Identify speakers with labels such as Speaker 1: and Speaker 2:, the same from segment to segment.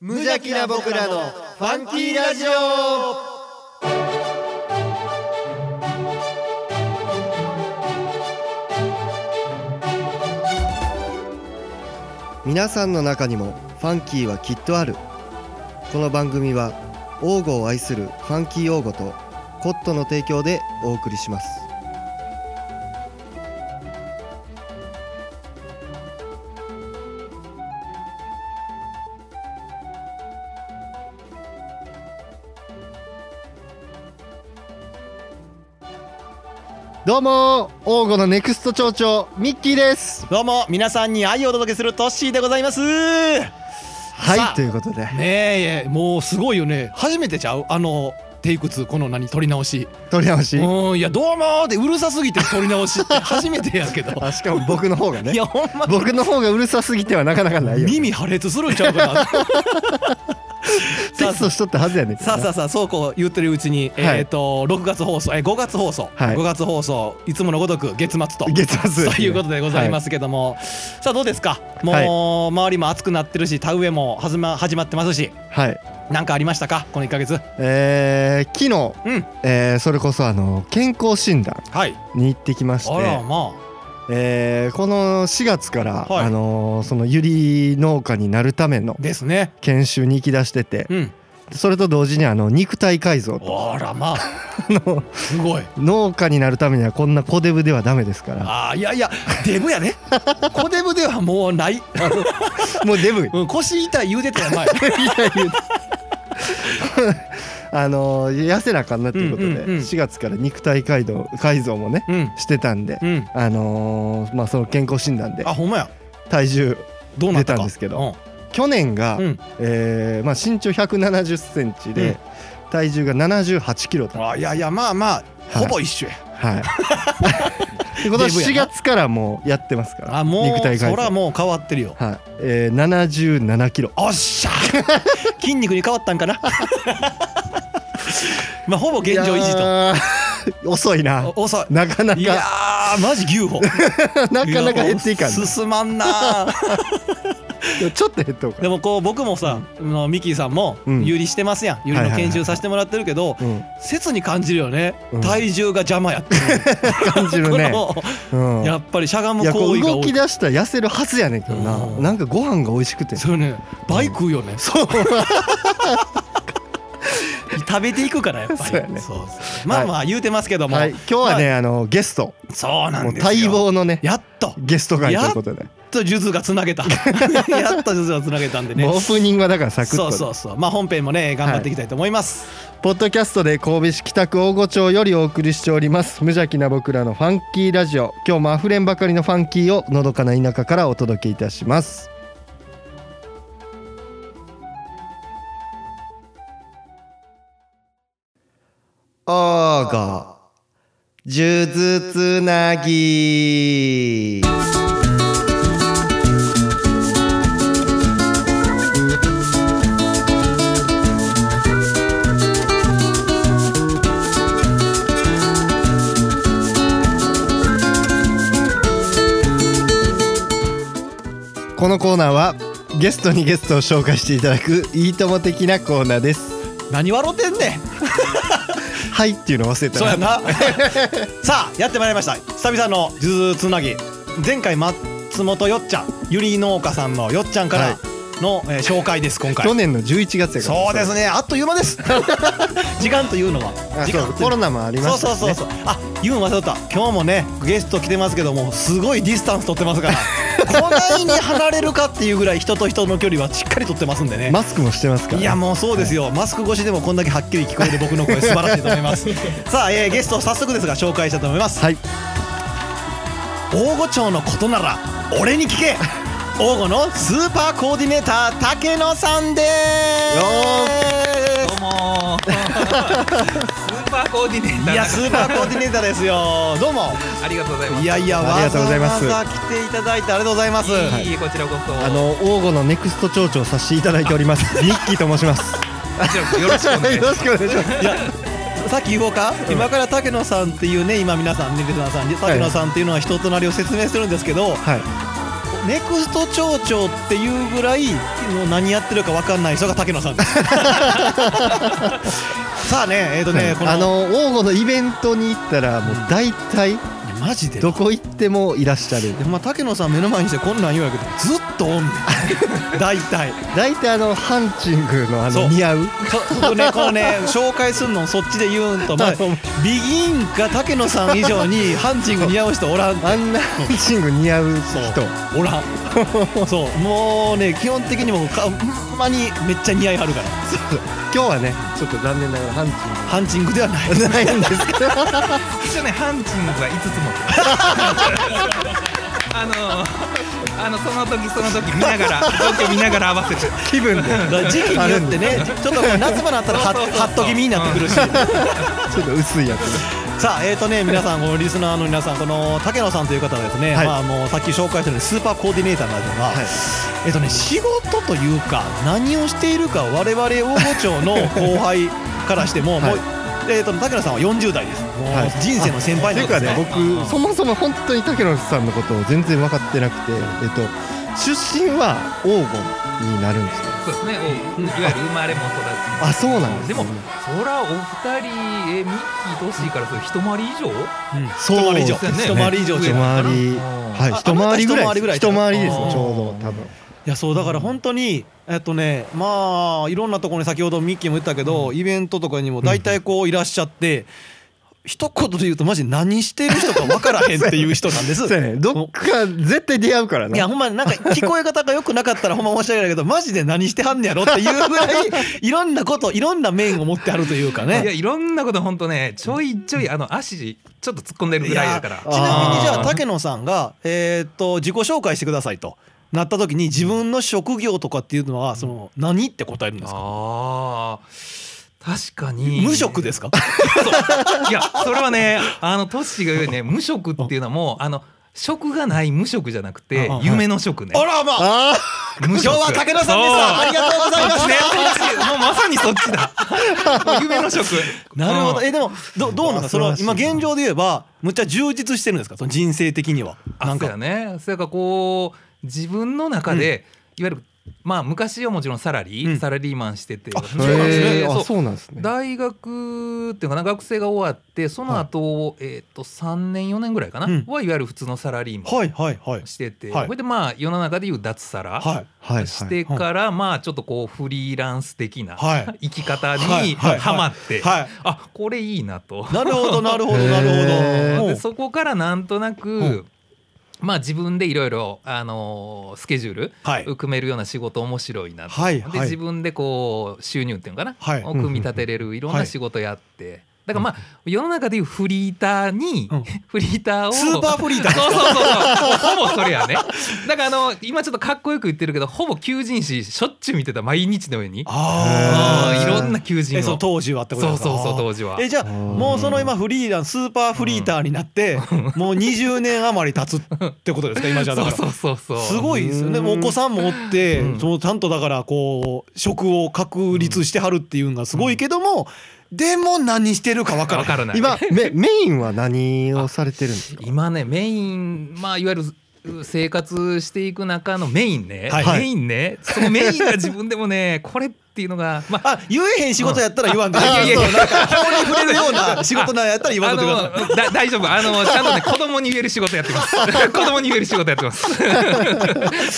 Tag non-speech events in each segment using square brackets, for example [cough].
Speaker 1: 無邪気な僕らのファンキーラジオ
Speaker 2: 皆さんの中にもファンキーはきっとあるこの番組は王吾を愛するファンキー王吾とコットの提供でお送りしますどうも王吾のネクスト町長ミッキーです
Speaker 1: どうも皆さんに愛をお届けするトッシーでございますさ
Speaker 2: は
Speaker 1: あ
Speaker 2: いということで
Speaker 3: ねえもうすごいよね初めてちゃうあのテイク2この何撮り直し
Speaker 2: 取り直し
Speaker 3: うんいやどうもーってうるさすぎて撮り直しって [laughs] 初めてやけど
Speaker 2: あしかも僕の方がね
Speaker 3: いやほんまに
Speaker 2: 僕の方がうるさすぎてはなかなかないよテ
Speaker 3: 耳破裂するんちゃうか
Speaker 1: [laughs]
Speaker 3: なさあ
Speaker 2: ストしとったはずやねんけど
Speaker 3: さ
Speaker 2: な
Speaker 3: あさあさあそうこう言ってるうちに、
Speaker 2: はい
Speaker 3: えっ、と6月放送え5月放送、
Speaker 2: はい
Speaker 3: 5月放送いつものごとく月末と
Speaker 2: 月末、
Speaker 3: ということでございますすけども、さあどうですかもう、
Speaker 2: はい
Speaker 3: 周りも暑くなってるし田植えも始ま始まってますし
Speaker 2: はいはい
Speaker 3: 何かありましたかこの1ヶ月
Speaker 2: えー、昨日、
Speaker 3: うん
Speaker 2: えーそれこそあの健康診断
Speaker 3: はい
Speaker 2: に行ってきまし
Speaker 3: あら
Speaker 2: て、
Speaker 3: ま
Speaker 2: えーこの4月から、
Speaker 3: はい
Speaker 2: あのーそのゆり農家になるための
Speaker 3: あですね
Speaker 2: 研修に行き出してて
Speaker 3: うん
Speaker 2: それと同時にあの肉体改造と
Speaker 3: あら
Speaker 2: [laughs]
Speaker 3: まあ
Speaker 2: の
Speaker 3: すごい
Speaker 2: 農家になるためにはこんな小デブではダメですから
Speaker 3: あーいやいやデブや
Speaker 2: [laughs]
Speaker 3: ね小デブではもうない、
Speaker 2: もうデブ
Speaker 3: うん、腰痛い言うてたやん前
Speaker 2: [laughs] あのー痩せなあかんなということで、
Speaker 3: うんうんうん
Speaker 2: 4月から肉体改造改造もね
Speaker 3: うん
Speaker 2: してたんで、
Speaker 3: うん
Speaker 2: あのーまあ、その健康診断で
Speaker 3: あほんまや
Speaker 2: 体重
Speaker 3: どうなったか
Speaker 2: 出たんですけど去年が、
Speaker 3: うん、うん、
Speaker 2: えーまあ、身長1 7 0ンチで、体重が7 8キロだ、
Speaker 3: あいやいやまあまあほぼ一緒や、 [laughs]
Speaker 2: はい、で今
Speaker 3: デブ
Speaker 2: 年
Speaker 3: やな
Speaker 2: 4月からもうやってますから
Speaker 3: あもう
Speaker 2: 肉体改
Speaker 3: そ
Speaker 2: 造
Speaker 3: ら
Speaker 2: はい
Speaker 3: もう変わってるよ
Speaker 2: えー、7 7キロ
Speaker 3: おっしゃ [laughs] 筋肉に変わったんかな [laughs] まあほぼ現状維持と
Speaker 2: と遅いな
Speaker 3: お遅い
Speaker 2: なかない
Speaker 3: や
Speaker 2: か
Speaker 3: ーマジ牛歩
Speaker 2: [laughs] なかなか減っていかん
Speaker 3: いや進まんな
Speaker 2: [laughs]
Speaker 3: ー
Speaker 2: なちょっと減っとうか
Speaker 3: でもこう僕もさ、あのミキーさんも
Speaker 2: うん
Speaker 3: 有利してますやん有利
Speaker 2: はい
Speaker 3: の
Speaker 2: はいは
Speaker 3: 研
Speaker 2: い
Speaker 3: 修させてもらってるけど、
Speaker 2: うん、
Speaker 3: 切に感じるよね、
Speaker 2: うん
Speaker 3: 体重が邪魔やって
Speaker 2: 感じる
Speaker 3: こ
Speaker 2: ね、
Speaker 3: の
Speaker 2: うん、
Speaker 3: やっぱりしゃがむ
Speaker 2: いやこ
Speaker 3: 行
Speaker 2: う
Speaker 3: 為が
Speaker 2: 動
Speaker 3: 多
Speaker 2: き
Speaker 3: い
Speaker 2: 出したら痩せるはずやねんけどな、
Speaker 3: うん
Speaker 2: なんかご飯が美味しくて
Speaker 3: それねバイクよね、
Speaker 2: そう
Speaker 3: [laughs] 食べていくからやっぱり
Speaker 2: そうやね
Speaker 3: そうそうまあまあ言うてますけども、
Speaker 2: はい今日はね、あ、のゲスト
Speaker 3: そうなん
Speaker 2: もう
Speaker 3: ですよ
Speaker 2: 待望のね
Speaker 3: やっとや
Speaker 2: ゲスト会ということで
Speaker 3: っと数珠がつなげ
Speaker 2: [laughs]
Speaker 3: たやっと数珠がつなげたんでね
Speaker 2: もうオープニングはだからサクッと
Speaker 3: そ
Speaker 2: ね
Speaker 3: うそうそうまあ本編もね頑張っていきたいと思います、
Speaker 2: ポッドキャストで神戸市北区大御町よりお送りしております無邪気な僕らのファンキーラジオ今日もあふれんばかりのファンキーをのどかな田舎からお届けいたしますあーが数珠つなぎこのコーナーはゲストにゲストを紹介していただくいいとも的なコーナーです
Speaker 3: 何笑ってんねん
Speaker 2: はいっていうの忘れた
Speaker 3: そうや
Speaker 2: [laughs]
Speaker 3: なさあやってまいりました久々の数珠つなぎ前回松本よっちゃんゆり農家さんのよっちゃんか
Speaker 2: はい
Speaker 3: らの、えー紹介です今回
Speaker 2: 去年の11月やから
Speaker 3: そうですねあっという間です [laughs] 時間というのは
Speaker 2: あ
Speaker 3: 時
Speaker 2: そ
Speaker 3: 間
Speaker 2: う
Speaker 3: とい
Speaker 2: コ
Speaker 3: う
Speaker 2: ロナもあり
Speaker 3: そ
Speaker 2: ま
Speaker 3: う
Speaker 2: したし
Speaker 3: そう
Speaker 2: ね
Speaker 3: そうそうあユン忘れとった今日もねゲスト来てますけどもすごいディスタンス取ってます [laughs] からこないに離れるかっていうぐらい人と人の距離はしっかり取ってますんでね
Speaker 2: マスクもしてますから
Speaker 3: いやもうそうですよ、マスク越しでもこんだけはっきり聞こえる僕の声素晴らしいと思います [laughs] さあ、えーゲストを早速ですが紹介したいと思います、
Speaker 2: はい
Speaker 3: 大御町のことなら俺に聞 [laughs] け大御のスーパーコーディネーター竹野さんで
Speaker 4: ど
Speaker 3: [laughs]
Speaker 4: うもースーパーコーディネー
Speaker 3: す
Speaker 4: ター
Speaker 3: いやスーパーコーディネーターですよどうも
Speaker 4: ありがとうございます
Speaker 3: いやいや
Speaker 2: あり
Speaker 3: わ
Speaker 2: がと
Speaker 3: ざ
Speaker 2: うございます
Speaker 3: わざ来ていただいてありがとうございます、
Speaker 4: いいえこちらこそ
Speaker 2: あの王吾のネクスト町長させていただいております
Speaker 3: [laughs]
Speaker 2: ミッキーと申します
Speaker 4: こちらこそよろしくお願い
Speaker 2: [laughs]
Speaker 4: し
Speaker 2: よろしくお願いします
Speaker 3: いやさっき言おうか、今から竹野さんっていうね今皆さんねリスナーさんに竹野さんっていうのは人となりを説明するんですけど、
Speaker 2: はい
Speaker 3: ネクスト町長っていうぐらいの何やってるか分かんない人が竹野さんです [laughs] さあねえっ、とね、この
Speaker 2: あの王吾のイベントに行ったらもう大体
Speaker 3: いやマジでな
Speaker 2: どこ行ってもいらっしゃる
Speaker 3: でまあ、竹野さん目の前にしてこんなん言うやけどずっとお [laughs] んねん大体
Speaker 2: 大体あのハンチングのあ
Speaker 3: そ
Speaker 2: の
Speaker 3: う
Speaker 2: 似合う
Speaker 3: そここねこのね紹介するのそっちで言うんと、まあ、ビギンか竹野さん以上にハンチング似合う人おらん
Speaker 2: あんなハンチング似合う人
Speaker 3: そうおらんそうもうね基本的にもうかほんまにめっちゃ似合いはるから
Speaker 2: 今日はねちょっと残念ながらハンチン
Speaker 3: ハンチングでは
Speaker 4: [laughs]
Speaker 3: ない
Speaker 2: グないんですけど
Speaker 3: [laughs]
Speaker 4: 一応ねハンチングが5つもあのあのその時その時見ながら状況見ながら合わせて
Speaker 2: 気分で
Speaker 3: だから時期によってねちょっとこう夏場になったらハ
Speaker 4: そうそうそう
Speaker 3: ッハット気味になってくるし
Speaker 2: ちょっと薄いやつね
Speaker 3: さあえーとね皆さんこのリスナーの皆さんこの竹野さんという方はですね、
Speaker 2: はい
Speaker 3: まあもうさっき紹介したようにスーパーコーディネーターなんですが、
Speaker 2: はい
Speaker 3: えっとね仕事というか何をしているか我々大御町の後輩からしても、
Speaker 2: は
Speaker 3: も
Speaker 2: い
Speaker 3: うえっと竹野さんは40代です。もう
Speaker 2: はい
Speaker 3: 人生の先輩
Speaker 2: とい
Speaker 3: な
Speaker 2: うん
Speaker 3: で
Speaker 2: か
Speaker 3: す
Speaker 2: ね
Speaker 3: ね。
Speaker 2: 僕そもそも本当に竹野さんのことを全然分かってなくてえっと出身は黄金になるんですよ
Speaker 4: そうですねおいわゆる生まれも育ちも
Speaker 2: あそうなんです
Speaker 4: でも
Speaker 2: ね
Speaker 4: そらお二人えミッキーとシーからすると一回り以上
Speaker 2: そう
Speaker 3: 一回り以上
Speaker 2: です
Speaker 4: ね
Speaker 3: 一回り以上
Speaker 2: 一
Speaker 3: 違う
Speaker 2: 回り
Speaker 4: は
Speaker 2: はい
Speaker 3: あ
Speaker 2: 一回りぐ
Speaker 3: あなた一回りぐ
Speaker 2: ら
Speaker 3: らい
Speaker 2: い一回りです
Speaker 4: あ
Speaker 2: ね
Speaker 4: ー
Speaker 2: ちょうど多分
Speaker 3: いやそうだから本当にえっとねまあいろんなところに先ほどミッキーも言ったけど、イベントとかにも大体こういらっしゃって、一言で言うとマジ何してる人か分からへんっていう人なんです。
Speaker 2: [laughs] そうやねどっか絶対出会うから
Speaker 3: いや
Speaker 2: な
Speaker 3: ほんまなんか聞こえ方が良くなかったらほんま申し訳ないけどマジで何してはんねやろっていうぐらいいろんなこといろんな面を持ってはるというか
Speaker 4: いや
Speaker 3: ね。
Speaker 4: いろんなこと本当ねちょいちょいあの足ちょっと突っ込んでるぐらいだから
Speaker 3: いやちなみにじゃあ竹野さんがえーっと自己紹介してくださいとなった時に自分の職業とかっていうのはその何って答えるんですか
Speaker 4: あー確かに
Speaker 3: 無職ですすか
Speaker 4: そういやそれはねあのトッシーが言うね無職っていうのもあの職がない無職じゃなくて
Speaker 3: ああはい
Speaker 4: 夢の職ね
Speaker 3: あらまあ
Speaker 2: あ
Speaker 4: 無
Speaker 3: 今日
Speaker 4: 職
Speaker 3: は竹野さんでしたありがとうございま
Speaker 4: そう
Speaker 3: す
Speaker 4: ねそっちもうまさにそっちだもう夢の職
Speaker 3: なるほ
Speaker 4: う
Speaker 3: ど
Speaker 4: ん
Speaker 3: えでもどどうなん
Speaker 2: あ
Speaker 3: かその
Speaker 2: 素晴ら
Speaker 3: 今
Speaker 2: しいな
Speaker 3: 現状で言えばむっちゃ充実してるんですかその人生的にはな
Speaker 4: なんんか
Speaker 3: か
Speaker 4: ねそれからこう自分の中で、いわゆるまあ昔はもちろんサラリー、
Speaker 3: うん
Speaker 4: サラリーマンしてて
Speaker 3: あそう
Speaker 2: ー
Speaker 3: なんですね
Speaker 2: へ
Speaker 4: で
Speaker 2: ー
Speaker 4: そ
Speaker 2: あ
Speaker 4: う
Speaker 2: そうなんですね
Speaker 4: 大学っていうかな学生が終わってその後、えっと3年4年ぐらいかな、
Speaker 3: うん
Speaker 4: はいわゆる普通のサラリーマ
Speaker 3: はいはいはい
Speaker 4: ンしてて、
Speaker 3: はい
Speaker 4: これでまあ世の中でいう脱サ
Speaker 3: は
Speaker 4: ラ、
Speaker 3: い
Speaker 2: はいはい
Speaker 4: してから、まあちょっとこうフリーランス的な、
Speaker 3: はい
Speaker 4: 生き方に
Speaker 3: はいはい
Speaker 4: ハマって、
Speaker 3: はい
Speaker 4: あこれいいなと。
Speaker 3: なるほ
Speaker 4: [laughs]
Speaker 3: どなるほどな
Speaker 2: へ
Speaker 3: る
Speaker 2: ー
Speaker 3: ほど。
Speaker 4: でそこからなんとなく、
Speaker 3: うん
Speaker 4: まあ自分でいろいろあのースケジュール
Speaker 3: はい
Speaker 4: 組めるような仕事面白いなと、
Speaker 3: はい
Speaker 4: で
Speaker 3: は
Speaker 4: 自
Speaker 3: い。
Speaker 4: 分でこう収入っていうのかな、
Speaker 3: はい
Speaker 4: を組み立てれるいろん
Speaker 3: は
Speaker 4: ない仕事やって、だからまあ世の中でいうフリーターに、 [laughs]
Speaker 3: うん
Speaker 4: フリーターを
Speaker 3: スーパーフリーター
Speaker 4: [laughs] そうそうそうそうほぼそれやねだからあの今ちょっとかっこよく言ってるけどほぼ求人誌しょっちゅう見てた毎日のように
Speaker 3: ああ
Speaker 4: うんい
Speaker 2: へー
Speaker 4: ろんな求人
Speaker 3: え
Speaker 4: を
Speaker 3: そう当時はってこと
Speaker 4: そ
Speaker 3: で
Speaker 4: う
Speaker 3: すか
Speaker 4: そうそう当時は
Speaker 3: えじゃあ
Speaker 2: あー
Speaker 3: もうその今フリーランスーパーフリーターになってもう20年余り経つってことですか今じゃだ
Speaker 4: そう
Speaker 3: か
Speaker 4: そ
Speaker 3: ら
Speaker 4: うそうそう
Speaker 3: すごいですよね
Speaker 2: うん
Speaker 3: もうお子さんもおって
Speaker 4: うん
Speaker 3: そのちゃんとだからこう職を確立してはるっていうのがすごいけどもでも何してるかわから
Speaker 4: わ
Speaker 3: ない
Speaker 4: からない
Speaker 2: 今メメインは何をされてるんですか
Speaker 4: 今ねメインまあいわゆるう生活していく中のメインね、
Speaker 3: はい
Speaker 4: メインねそのメインが自分でもねこれっていうのがまあ
Speaker 3: あ言えへん仕事やったら言わんで
Speaker 4: うんあいやいや
Speaker 3: そうなんか法に触れるような仕事なんやったら言わ
Speaker 4: あ
Speaker 3: んといてください
Speaker 4: のだ大丈夫あのちゃんとね子供に言える仕事やってます [laughs] 子供に言える仕事やってます [laughs]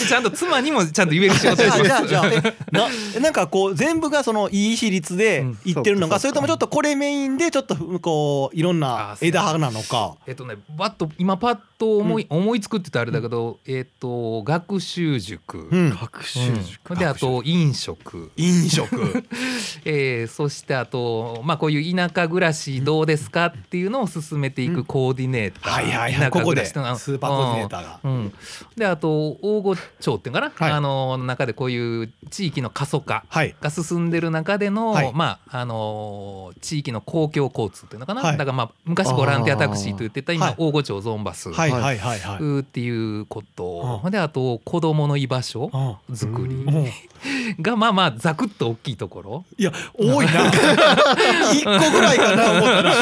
Speaker 4: ちゃんと妻にもちゃんと言える仕事やってます
Speaker 3: じゃあじゃあじゃあえなえなんかこう全部がそのいい比率でいってるのか、
Speaker 2: うん
Speaker 3: それともちょっとこれメインでちょっとこういろんな
Speaker 4: あそう
Speaker 3: 枝葉なのか。
Speaker 4: えっとねバッと今パッと思い、思いつくって言ったらあれだけど、えっと学習塾、
Speaker 3: うん
Speaker 2: 学
Speaker 4: うんであと飲食
Speaker 3: 飲食
Speaker 4: えーそしてあと、まあ、こういう田舎暮らしどうですかっていうのを進めていくコーディネーター、
Speaker 3: はいはい
Speaker 4: 田
Speaker 3: はい
Speaker 4: 舎
Speaker 3: ここ
Speaker 4: 暮
Speaker 3: で
Speaker 4: ら
Speaker 3: ス
Speaker 4: し
Speaker 3: ーパ
Speaker 4: の
Speaker 3: ーコーディネーターが。
Speaker 4: うんうんであと大御町っていうかな、
Speaker 3: はい
Speaker 4: あの中でこういう地域の過疎化
Speaker 3: はい
Speaker 4: が進んでる中での、
Speaker 3: はい
Speaker 4: まああのー地域の公共交通っていうのかな、
Speaker 3: はい
Speaker 4: だからまあ昔ボランティアタクシーと言ってた
Speaker 3: あーは
Speaker 4: 今
Speaker 3: い
Speaker 4: 大御町ゾーンバス、
Speaker 3: はいはいはいはい。うん
Speaker 4: っていうこと、
Speaker 3: う
Speaker 4: であと子どもの居場所作り
Speaker 3: うん
Speaker 4: がまあまあざくっと大きいところ。
Speaker 3: いや多い [laughs] な一個ぐらいかな思ったら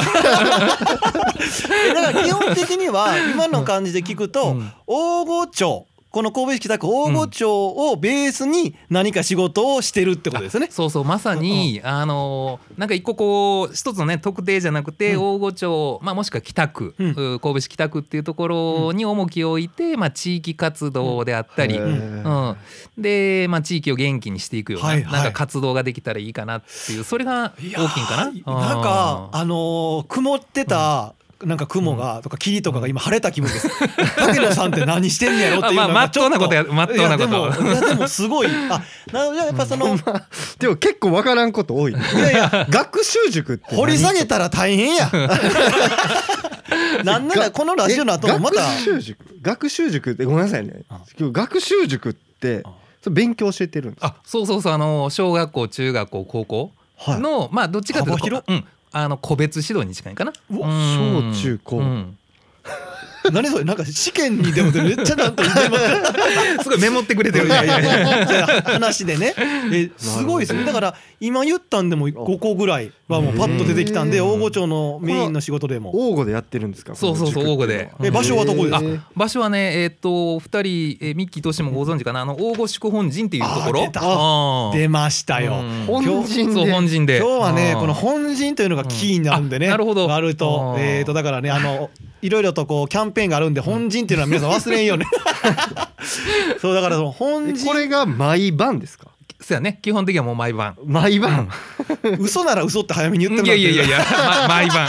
Speaker 3: えだから基本的には今の感じで聞くと、
Speaker 4: うん
Speaker 3: 大御町この神戸市北区大御町をベースに何か仕事をしてるってことですね。
Speaker 4: そうそうまさに、あのーなんか一個こう一つのね特定じゃなくて、
Speaker 3: うん
Speaker 4: 大御町、まあ、もしくは北区、
Speaker 3: うん
Speaker 4: う神戸市北区っていうところに重きを置いて、まあ、地域活動であったり、
Speaker 2: へ
Speaker 4: う
Speaker 2: ー
Speaker 4: んで、まあ、地域を元気にしていくような,、
Speaker 3: はいはい
Speaker 4: なんか活動ができたらいいかなっていうそれが大きいんかな。
Speaker 3: いやーなんかあのー曇ってた、なんか雲がとか霧とかが今晴れた気分です。竹野さんって何してんねやろっていう
Speaker 4: まあ
Speaker 3: の
Speaker 4: ま
Speaker 3: が
Speaker 4: あ
Speaker 3: ちょっと。
Speaker 4: 真っ当なことや真っ当なこ
Speaker 3: いやで
Speaker 4: と
Speaker 3: もいやでもすごい。あなじゃあやっぱその、
Speaker 2: でも結構わからんこと多いね
Speaker 3: いやいや
Speaker 2: 学習塾って何
Speaker 3: 掘り下げたら大変や。 [laughs] なんならこのラジオの後もまた
Speaker 2: え学習塾学習塾ってごめんなさいね今日学習塾ってそれ勉強教えてるんです
Speaker 4: あそうそうそうあの小学校中学校高校
Speaker 2: はい
Speaker 4: の、まあどっちかというと
Speaker 3: 幅広
Speaker 4: うん、あの個別指導に近いかな。
Speaker 3: うわ
Speaker 4: うん
Speaker 2: 小中高
Speaker 4: ん
Speaker 3: 何それなんか試験にでもめっちゃなんて言ってます。
Speaker 4: [laughs] すごいメモってくれてる
Speaker 3: い
Speaker 4: ね
Speaker 3: やいやいやじゃ [laughs] あ話でねえすごいですねだから今言ったんでも5個ぐらいはもうパッと出てきたんで
Speaker 2: うん
Speaker 3: 大御町のメインの仕事でも
Speaker 2: 王吾でやってるんですか
Speaker 4: そうそうそう
Speaker 2: この塾って
Speaker 3: [laughs]
Speaker 2: いの
Speaker 4: 王吾でえ場
Speaker 3: 所はどこです
Speaker 4: か
Speaker 2: へー
Speaker 4: 場所はねえっ、と二人、えーミッキーとしてもご存知かなあの大御宿本陣っていうところ
Speaker 3: あー出た
Speaker 4: あー
Speaker 3: 出ましたよ
Speaker 4: うん
Speaker 3: 今日
Speaker 2: 本陣
Speaker 4: そう
Speaker 2: で
Speaker 4: 本陣で
Speaker 3: 今日はね
Speaker 4: あー
Speaker 3: この本陣というのがキーになるんでね、
Speaker 4: うんあなるほど
Speaker 3: なると
Speaker 4: あー
Speaker 3: えーとだからねあのいろいろとこうキャンペーンがあるんで本陣っていうのは皆さん忘れんようね [laughs] そうだからその本
Speaker 2: えこ
Speaker 3: 陣
Speaker 2: れが毎晩ですか
Speaker 4: そうやね基本的にはもう毎晩
Speaker 2: 毎晩
Speaker 3: 嘘なら嘘って早めに言っても
Speaker 4: いや
Speaker 3: らって
Speaker 4: い
Speaker 3: い
Speaker 4: やいやい
Speaker 3: [laughs]
Speaker 4: や、ま毎晩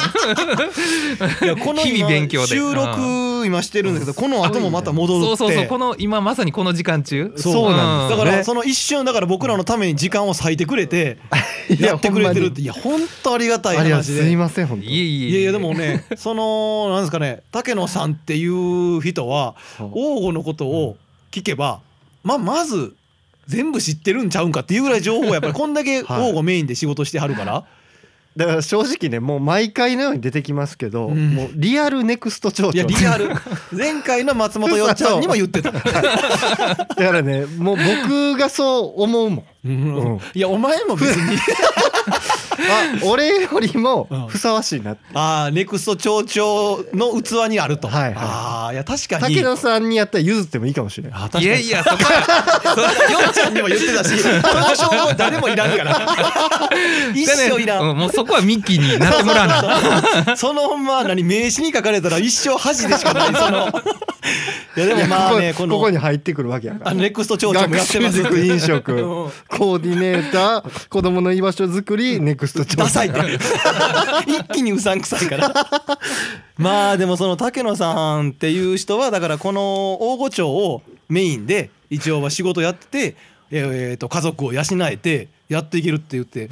Speaker 3: いやこの
Speaker 4: 日
Speaker 3: 今
Speaker 4: 々勉強で
Speaker 3: 収録今してるんですけどこの後もまた戻るって
Speaker 4: そうそうそうこの今まさにこの時間中
Speaker 3: そう
Speaker 2: そうなん
Speaker 3: だ
Speaker 2: です
Speaker 3: か
Speaker 2: ね
Speaker 3: らその一瞬だから僕らのために時間を割いてくれて [laughs] やってくれてるっていや本当ありがたい
Speaker 2: ありがとう
Speaker 3: 話
Speaker 2: すい
Speaker 3: で。
Speaker 2: ません本当
Speaker 4: いえ
Speaker 2: に
Speaker 4: いえ
Speaker 3: いやいやでもねそのなんですかね竹野さんっていう人は王吾のことを聞けばまあまず全部知ってるんちゃうんかっていうぐらい情報はやっぱりこんだけ
Speaker 2: はい
Speaker 3: 王吾メインで仕事してはるから
Speaker 2: だから正直ねもう毎回のように出てきますけど
Speaker 3: うん
Speaker 2: もうリアルネクスト町長
Speaker 3: いやリアル前回の松本よっちゃんにも言ってた
Speaker 2: だからねもう僕がそう思うもん [laughs]
Speaker 3: うんいやお前も別に
Speaker 2: あ俺よりも
Speaker 3: うん
Speaker 2: ふさわしいなって
Speaker 3: [laughs] ああネクスト町長の器にあると
Speaker 2: はいはい
Speaker 3: ああいや確かに
Speaker 2: 武野さんにやったら譲ってもいいかもしれない
Speaker 3: あ
Speaker 4: い
Speaker 3: 確か
Speaker 4: や
Speaker 3: に
Speaker 4: いやそこ
Speaker 3: [laughs]
Speaker 4: は
Speaker 3: よっちゃんにも言
Speaker 2: [laughs]
Speaker 3: ってたし、この称号誰もいらんから。一生いらん。 [laughs]
Speaker 4: うんもうそこはミッキーになってもらわな
Speaker 3: そのほんま何名刺に書かれたら一生恥でしかないそ
Speaker 2: [laughs]
Speaker 3: の。いやでもまあね
Speaker 2: いやこ
Speaker 3: こ
Speaker 2: こここ
Speaker 3: の
Speaker 2: に入ってくるわけやか
Speaker 3: あ
Speaker 2: ら
Speaker 3: のネクスト町長も
Speaker 2: 学
Speaker 3: やってま
Speaker 2: 習
Speaker 3: す。
Speaker 2: 塾飲
Speaker 4: [laughs]
Speaker 2: 食コーディネーター子供の居場所づくりネクスト町
Speaker 3: ダサ
Speaker 2: 長
Speaker 3: いって [laughs] 一気にうさんくさいから [laughs] まあでもその竹野さんっていう人はだからこの大御町をメインで一応は仕事やってて、えーえーと家族を養えてやっていけるって言って、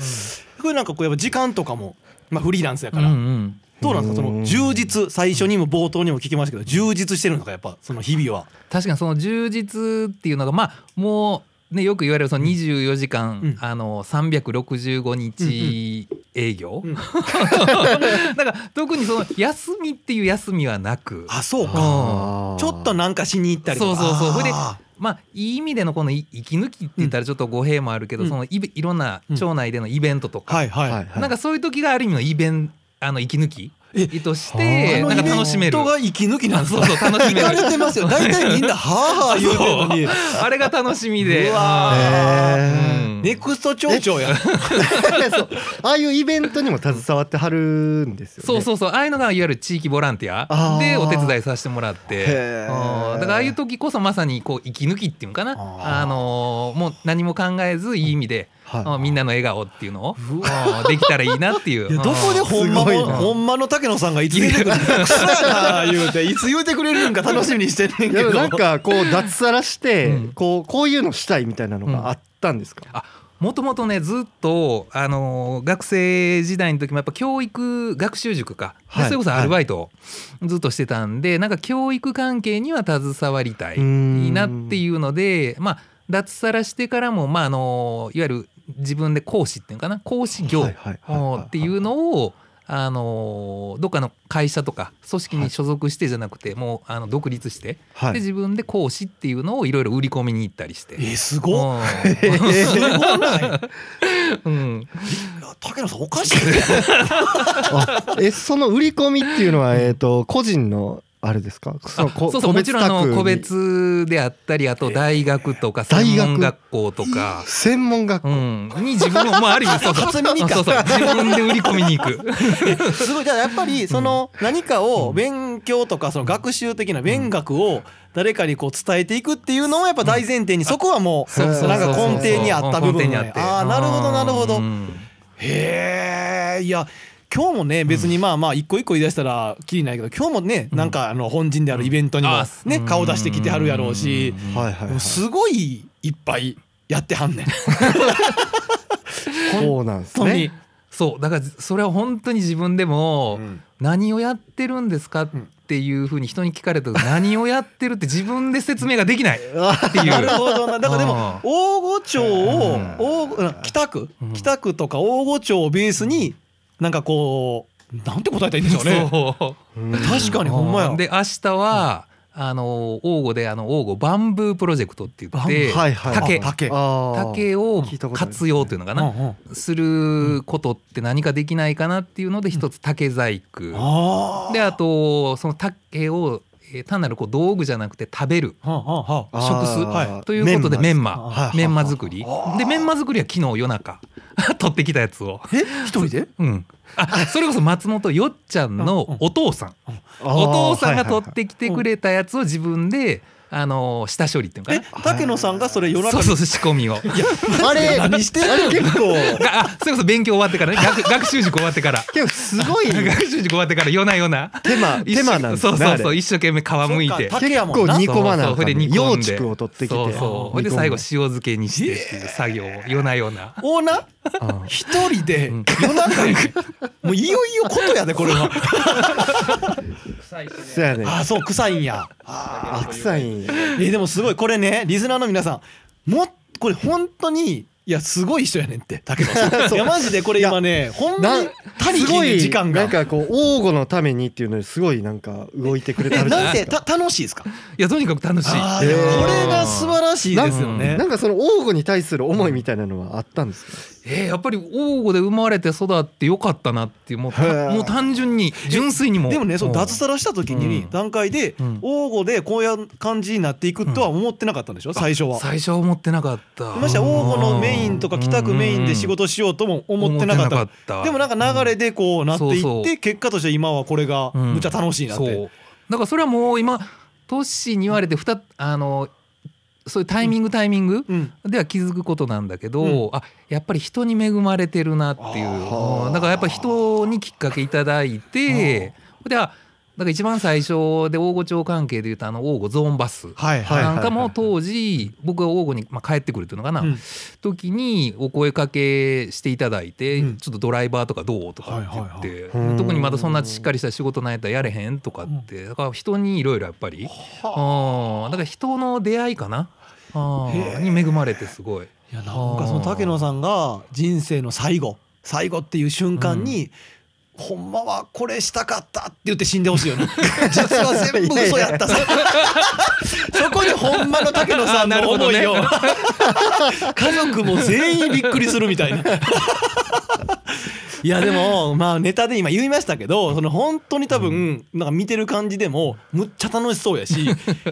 Speaker 3: これなんかこうやっぱ時間とかも、まあ、フリーランスやから、
Speaker 4: うんうん
Speaker 3: どうなんですかその充実最初にも冒頭にも聞きましたけど充実してるのかやっぱその日々は。
Speaker 4: 確かにその充実っていうのがまあもうねよく言われるその24時間、
Speaker 3: うん
Speaker 4: あの365日営業、 [laughs]
Speaker 3: ん
Speaker 4: だから特にその休みっていう休みはなく
Speaker 3: あそうか
Speaker 4: うん
Speaker 2: あー
Speaker 3: ちょっとなんかしに行ったり
Speaker 4: そ
Speaker 3: と
Speaker 4: う
Speaker 3: か
Speaker 4: そうそうそれで
Speaker 3: あ
Speaker 4: まあいい意味でのこのい息抜きって言ったらちょっと語弊もあるけど、
Speaker 3: うん
Speaker 4: そのいべいろんな
Speaker 3: うん
Speaker 4: 町内でのイベントと
Speaker 3: ー
Speaker 4: か、
Speaker 3: はいはい、
Speaker 2: はいはい
Speaker 4: なんかそういう時がある意味のイベンあの息抜き
Speaker 3: え
Speaker 4: とし
Speaker 2: は
Speaker 4: て
Speaker 2: あ
Speaker 4: なんか楽しめる
Speaker 3: 人。が息抜きなん
Speaker 4: あ
Speaker 3: です
Speaker 4: [laughs] そうそう楽しめ
Speaker 3: 行
Speaker 4: る
Speaker 3: かれて [laughs] ますよ大体みんなはあはあ言うてんのに
Speaker 4: [laughs] あれが楽しみで
Speaker 3: うわ
Speaker 4: う
Speaker 2: へー
Speaker 4: ん
Speaker 3: ネクスト町長や
Speaker 2: そうああいうイベントにも携わってはるんですよね
Speaker 4: そうそうそうああいうのがいわゆる地域ボランティ
Speaker 2: あ
Speaker 4: ア
Speaker 2: ー
Speaker 4: でお手伝いさせてもらって
Speaker 2: へー
Speaker 4: うんだからああいう時こそまさにこう息抜きっていうんかな
Speaker 3: あー
Speaker 4: あのーもう何も考えずいい意味で、
Speaker 2: はい
Speaker 4: うんみんなの笑顔っていうのをうん [laughs] できたらいいなっていう。
Speaker 3: いやどこでほんます
Speaker 2: ごい
Speaker 3: も
Speaker 2: な
Speaker 3: ほんまの竹野さんがいつ出てくるのか草やな言うていつ言うてくれるんか楽しみにしてんねんけ
Speaker 2: で
Speaker 3: ど
Speaker 2: もなんかこう脱サラして、
Speaker 4: うん
Speaker 2: こうこういうのしたいみたいなのがあったんですか、
Speaker 4: もともとねずっと、あのー学生時代の時もやっぱ教育学習塾か、
Speaker 2: は
Speaker 4: で
Speaker 2: い
Speaker 4: それこそ
Speaker 2: はい
Speaker 4: アルバイトをずっとしてたんで、なんか教育関係には携わりたい
Speaker 2: うん
Speaker 4: なっていうのでまあ脱サラしてからも、まああのーいわゆる自分で講師っていうのかな講師業
Speaker 2: はいはいはいはいはい
Speaker 4: っていうのを。あのーどっかの会社とか組織に所属してじゃなくて、もうあの独立して、
Speaker 2: はい
Speaker 4: で自分で講師っていうのをいろいろ売り込みに行ったりして。
Speaker 3: えすごっ
Speaker 4: うん
Speaker 2: [laughs] えー
Speaker 3: すごないいや
Speaker 4: うん、
Speaker 3: 竹野さんおかしいね
Speaker 2: あえその売り込みっていうのは、えー、と個人のあれですか
Speaker 4: あそうそうもちろんあの個別であったりあと大学とか専門学校とか、
Speaker 2: 専門学校
Speaker 4: うん、に自分をまあある意味そうそう
Speaker 1: 初耳か
Speaker 4: そうそう自分で売り込みに
Speaker 3: [laughs]
Speaker 4: 行く
Speaker 3: [laughs] すごいじゃあやっぱりその何かを勉強とかその学習的な勉学を誰かにこう伝えていくっていうのをやっぱ大前提にそこはもう
Speaker 2: そうそうそう
Speaker 3: なんか根底にあった部
Speaker 4: 根底
Speaker 3: 分
Speaker 4: に
Speaker 3: で
Speaker 4: あって
Speaker 3: ああなるほどなるほど
Speaker 4: うん
Speaker 3: へえいや今日もね別にまあまあ一個一個言い出したらきりないけど今日もねなんかあの本陣であるイベントにも
Speaker 4: あ
Speaker 3: ね
Speaker 4: うん
Speaker 3: 顔出してきてはるやろうし
Speaker 4: うん
Speaker 2: はいはい、
Speaker 3: で
Speaker 2: は
Speaker 3: も
Speaker 2: い、
Speaker 3: すごいいっぱいやってはん
Speaker 4: [laughs]
Speaker 3: ねん
Speaker 2: そうなんです
Speaker 3: 本当
Speaker 2: ね
Speaker 3: に。
Speaker 4: そうだからそれは本当に自分でも何をやってるんですかっていうふうに人に聞かれた時何をやってるって自分で説明ができな
Speaker 3: [laughs]
Speaker 4: いっていう。
Speaker 3: なるほどな。だからで
Speaker 4: あ
Speaker 3: も
Speaker 4: あ
Speaker 3: 大御町を
Speaker 4: うん
Speaker 3: 大御な北区
Speaker 4: うん
Speaker 3: 北区とか大御町をベースになんかこうなんて答えたらいいんでしょうね。
Speaker 4: そう
Speaker 2: うん
Speaker 3: 確かにほんまや。
Speaker 4: で明日は、あの王吾であの王吾バンブープロジェクトって言って、
Speaker 2: バンはいはい
Speaker 4: 竹
Speaker 3: あ竹
Speaker 2: あー
Speaker 4: 竹を
Speaker 2: 聞いたことある
Speaker 4: 活用というのか
Speaker 3: うんう
Speaker 4: な。
Speaker 3: ん
Speaker 4: することって何かできないかなっていうので一つ竹細工
Speaker 3: ああ。
Speaker 4: であとその竹をえー単なるこう道具じゃなくて食べる
Speaker 3: はあはあはあ。
Speaker 2: あー
Speaker 4: 食す
Speaker 2: はい
Speaker 4: ということでメン
Speaker 3: メンマ
Speaker 4: マ
Speaker 2: はい
Speaker 4: メンマ作り
Speaker 3: あー
Speaker 4: でメンマ作りは昨日夜中 [laughs] 取ってきたやつを、
Speaker 3: え一人で？
Speaker 4: うん、あそれこそ松本よっちゃんのお父さん
Speaker 2: あー
Speaker 4: お父さんが取っ
Speaker 2: はい
Speaker 4: てきてくれたやつを自分であの下処理っていうのか
Speaker 3: え
Speaker 4: な
Speaker 3: 竹野さんがそれ夜中
Speaker 4: そう
Speaker 3: に
Speaker 4: そうそう仕込
Speaker 2: [laughs]
Speaker 4: みを
Speaker 1: あれ
Speaker 3: 何して
Speaker 1: あれ結構
Speaker 4: が [laughs] あそれこそ勉強終わってからね学学習塾終わってから
Speaker 2: はいはい結構すごい
Speaker 4: 学習塾終わってから夜な夜な
Speaker 2: 手間
Speaker 4: 一
Speaker 2: 手
Speaker 4: 生
Speaker 2: 間なんです
Speaker 4: そう
Speaker 2: ね
Speaker 4: そう
Speaker 2: あ
Speaker 4: そう
Speaker 2: れ
Speaker 4: 一生懸命皮むいて
Speaker 3: そっか竹
Speaker 2: 結
Speaker 3: やもんな
Speaker 2: 構煮込まな
Speaker 4: そ
Speaker 2: あ
Speaker 4: うそうそれ
Speaker 2: か
Speaker 4: で
Speaker 2: ん
Speaker 4: 煮
Speaker 2: ね
Speaker 4: 込んで
Speaker 2: 幼竹を取ってきて
Speaker 4: そうそうそれで最後塩漬けにしてっていう作業を夜な夜な
Speaker 3: オーナー
Speaker 2: あ
Speaker 3: 一人で
Speaker 4: うん
Speaker 3: 夜中にもういよいよことやでこれ [laughs] は。
Speaker 2: そうやね
Speaker 3: ああそう臭いんや。ああ。
Speaker 2: 臭いんや
Speaker 3: えでもすごいこれねリスナーの皆さんもっこれ本当にいやすごい人やねんって竹野 [laughs] さんいやマジでこれ今ねほんまに他
Speaker 2: す
Speaker 3: 力
Speaker 2: ご
Speaker 3: に時
Speaker 2: い
Speaker 3: 間
Speaker 2: な
Speaker 3: が
Speaker 2: んかこう王吾のためにっていうのにすごいなんか動いてくれ
Speaker 3: え
Speaker 2: たるじゃ
Speaker 3: な
Speaker 2: なんいで
Speaker 3: て
Speaker 2: すか
Speaker 3: た楽しいですか
Speaker 4: いやとにかく楽しい
Speaker 3: あー
Speaker 2: へー
Speaker 3: これが素晴らしいですよね
Speaker 2: なんかその王吾に対する思いみたいなのはあったんですか
Speaker 4: えーやっぱり王吾で生まれて育ってよかったなっていうもうた
Speaker 2: へー
Speaker 4: もう単純に純粋にも
Speaker 3: でもねその
Speaker 4: ん
Speaker 3: 脱サラした時
Speaker 4: う
Speaker 3: に
Speaker 4: ん
Speaker 3: 段階で
Speaker 4: うん
Speaker 3: 王吾でこういう感じになっていくとは思ってなかったんでしょ最初は。
Speaker 4: 最初は思ってなかった
Speaker 3: ましては王吾のメインとか北区メインで仕事しようとも思ってなかったでもなんか流れでこうなってい
Speaker 4: そう
Speaker 3: っ
Speaker 4: そ
Speaker 3: て結果として今はこれが
Speaker 4: うん
Speaker 3: むっちゃ楽しいなっ
Speaker 4: そ
Speaker 3: て
Speaker 4: うだからそれはもう今トッシーに言われてふたあのそういうタイミングタイミング
Speaker 3: うん
Speaker 4: では気づくことなんだけど、
Speaker 3: うん
Speaker 4: あやっぱり人に恵まれてるなっていう
Speaker 2: あー
Speaker 4: うんだからやっぱ人にきっかけいただいてではだから一番最初で大御町関係でいうとあの大御ゾーンバス
Speaker 3: はい
Speaker 2: はい
Speaker 4: なんかも当時僕が大御にまあ帰ってくるっていうのかな、
Speaker 3: うん
Speaker 4: 時にお声かけしていただいて、
Speaker 3: うん
Speaker 4: ちょっとドライバーとかどうとかって言って、
Speaker 3: は
Speaker 2: はいはい
Speaker 4: 特にまだそんなしっかりした仕事ないやったらやれへんとかって、だから人にいろいろやっぱり、うんだから人の出会いかな、うん
Speaker 3: へ
Speaker 4: に恵まれてすごい。
Speaker 3: いやなんかその竹野さんが人生の最後最後っていう瞬間に、ほんまはこれしたかったって言って死んでほしい
Speaker 4: [laughs]
Speaker 3: よね実は全部嘘やったさそこにほんまの竹野さん
Speaker 4: あなる
Speaker 3: の
Speaker 4: ほど
Speaker 3: 思
Speaker 4: ね
Speaker 3: いを、家族も全員びっくりするみたいな [laughs] いやでもまあネタで今言いましたけどその本当に多分なんか見てる感じでもむっちゃ楽しそうや [laughs] しい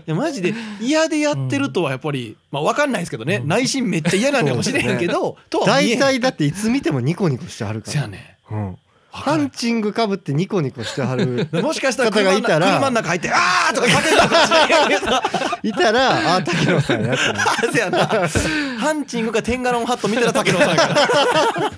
Speaker 3: やマジで嫌でやってるとはやっぱりまあ分かんないですけどね内心めっちゃ嫌なんかもしれへんけどとは見えへ
Speaker 2: 大
Speaker 3: ん
Speaker 2: 体だっていつ見てもニコニコしてはるか
Speaker 3: せや
Speaker 2: ら
Speaker 3: ね
Speaker 2: うんハンチングかぶってニコニコしてはる
Speaker 3: [laughs] もしかしたら
Speaker 2: 方
Speaker 3: 車
Speaker 2: が
Speaker 3: の
Speaker 2: いた
Speaker 3: 中
Speaker 2: ら
Speaker 3: 車の中入って「あー!」とか叫んだかもしれへんけど
Speaker 2: いたらあ竹野さんやっ
Speaker 3: [laughs]
Speaker 2: たな
Speaker 3: せやなハンチングかテンガロンハット見たら竹野さんやか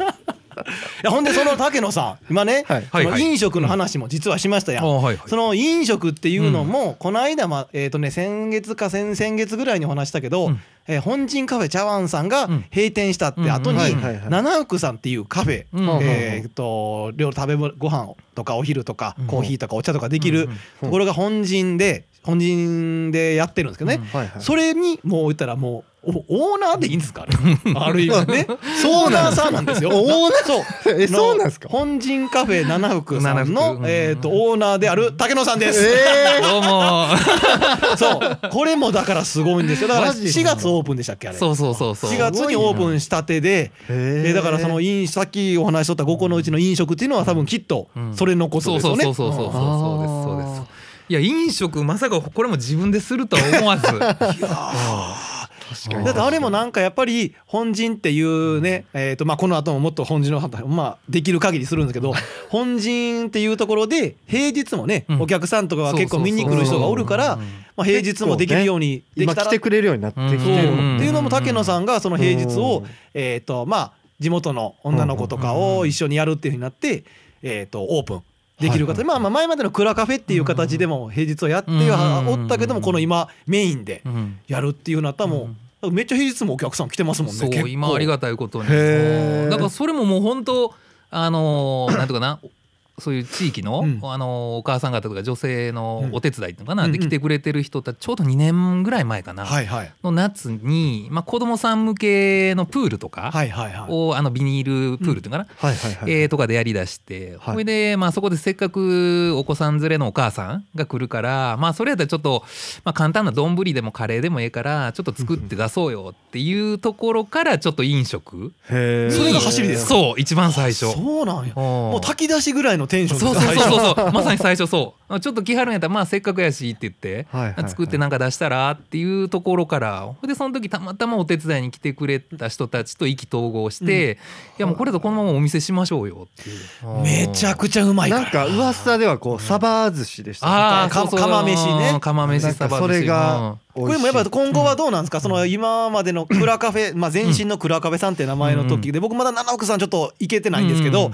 Speaker 3: ら [laughs] いやほんでその竹野さん今ね、
Speaker 2: はい
Speaker 4: はい
Speaker 3: その
Speaker 4: はい
Speaker 3: 飲食の話も実はしましたやん、
Speaker 4: あはいはい
Speaker 3: その飲食っていうのも、この間、まえーとね、先月か先々月ぐらいにお話したけど、
Speaker 4: うん
Speaker 3: えー本陣カフェ茶碗さんが
Speaker 4: うん
Speaker 3: 閉店したって後に、
Speaker 4: うんはい
Speaker 2: はいはい
Speaker 3: 七福さんっていうカフェ、
Speaker 4: うん
Speaker 3: えーと料理食べ物ご飯とかお昼とか、
Speaker 4: うん
Speaker 3: コーヒーとかお茶とかでき
Speaker 4: う
Speaker 3: る
Speaker 4: んうん
Speaker 3: ところが本陣で本陣でやってるんですけどね、
Speaker 4: うん
Speaker 2: はいは
Speaker 3: [laughs]
Speaker 2: い
Speaker 3: それにもう言ったらもうおオーナーでいいんです [laughs] かねある意味ね。
Speaker 2: そ
Speaker 3: オ
Speaker 2: う
Speaker 3: ーナー
Speaker 2: なんです
Speaker 3: さんなんですよ。 [laughs] オーナーそう
Speaker 2: えそうなんですか
Speaker 3: 本陣カフェ七福さん
Speaker 4: 七
Speaker 3: の
Speaker 4: 福うん
Speaker 3: えっとオーナーである竹野さんです。
Speaker 4: どうも
Speaker 3: [laughs] そうこれもだからすごいんですよ。だから
Speaker 2: マジ
Speaker 3: 4月オープンでしたっけあれ。
Speaker 4: そうそうそうそう
Speaker 3: 4月にオープンしたてで。
Speaker 2: へ
Speaker 3: えだからその飲さっきお話しとった5個のうちの飲食っていうのは多分きっと
Speaker 4: うん
Speaker 3: それのこと
Speaker 4: そう
Speaker 3: ですよ
Speaker 4: そう
Speaker 3: ね。
Speaker 4: そうそうそうそうそうですそうですいや飲食まさかこれも自分でするとは思わず
Speaker 3: [laughs] だってあれもなんかやっぱり本陣っていうね、えーとまあ、この後ももっと本陣の話、まあ、できる限りするんですけど本陣っていうところで平日もね、
Speaker 4: うん
Speaker 3: お客さんとかが結構
Speaker 4: そうそうそう
Speaker 3: 見に来る人がおるから、
Speaker 4: うん
Speaker 3: まあ、平日もできるようにで
Speaker 2: 今
Speaker 3: きた
Speaker 2: 来
Speaker 3: ら、
Speaker 2: てくれるようになってき
Speaker 3: そう
Speaker 2: てるもん
Speaker 4: うん
Speaker 3: っていうのも竹野さんがその平日
Speaker 2: う
Speaker 3: を
Speaker 2: ん、
Speaker 3: えーとまあ、地元の女の子とかを一緒にやるっていうふうになって、えー、とオープン。できる
Speaker 2: はい
Speaker 3: 形まあまあ前までのクラカフェっていう形でも平日をやってはおったけども
Speaker 4: うん
Speaker 3: この今メインで
Speaker 4: うん
Speaker 3: やるっていうなったらもうめっちゃ平日もお客さん来てますもんね
Speaker 4: そう
Speaker 3: 結構
Speaker 4: 今ありがたいことに
Speaker 2: へー
Speaker 4: だからそれももう本当あの
Speaker 3: [coughs]
Speaker 4: ーなんとかなそういう地域の、
Speaker 3: うん
Speaker 4: あのーお母さん方とか女性の
Speaker 3: うん
Speaker 4: お手伝いっていうのかな、
Speaker 3: うんうん
Speaker 4: で来てくれてる人たちちょうど2年ぐらい前かな、
Speaker 3: はいはい
Speaker 4: の夏に、まあ、子供さん向けのプールとか
Speaker 3: はいはいはい
Speaker 4: を、あのビニールプールっていうのかな、
Speaker 2: はいはいはい、
Speaker 4: えーとかでやりだして、
Speaker 2: はい
Speaker 4: それで、まあ、そこでせっかくお子さん連れのお母さんが来るから、まあ、それやったらちょっと、まあ、簡単な丼でもカレーでもええからちょっと作って出そうよっていうところからちょっと飲食
Speaker 2: へー
Speaker 3: それが走りですか
Speaker 4: そう一番最初
Speaker 3: そうなんや
Speaker 4: も
Speaker 3: もう炊き出しぐらいのテンション
Speaker 4: そうそう
Speaker 3: です
Speaker 4: そう
Speaker 3: 最初
Speaker 4: そうそうまさに最初そうちょっと来はるんやったらまあせっかくやしって言って
Speaker 2: はいはいはい
Speaker 4: 作ってなんか出したらっていうところからほいでその時たまたまお手伝いに来てくれた人たちと意気投合して、いやもうこれとこのままお店しましょうよっていう
Speaker 3: めちゃくちゃうまいか
Speaker 2: な
Speaker 3: ら
Speaker 2: んか噂ではこうサバ寿司でしたね
Speaker 4: ああ
Speaker 3: か
Speaker 4: そうそう
Speaker 3: 釜飯ね
Speaker 4: うん釜
Speaker 2: な
Speaker 4: 飯
Speaker 2: ん
Speaker 4: サ
Speaker 2: か
Speaker 4: バ
Speaker 2: そ
Speaker 4: 寿司
Speaker 2: れが
Speaker 3: これもやっぱ
Speaker 2: ぱ
Speaker 3: 今後はどうなんですかその今までのクラカフェまあ前身のクラカフェさんって名前の時で僕まだ七奥さんちょっと行けてないんですけ
Speaker 4: う
Speaker 3: ど
Speaker 4: ん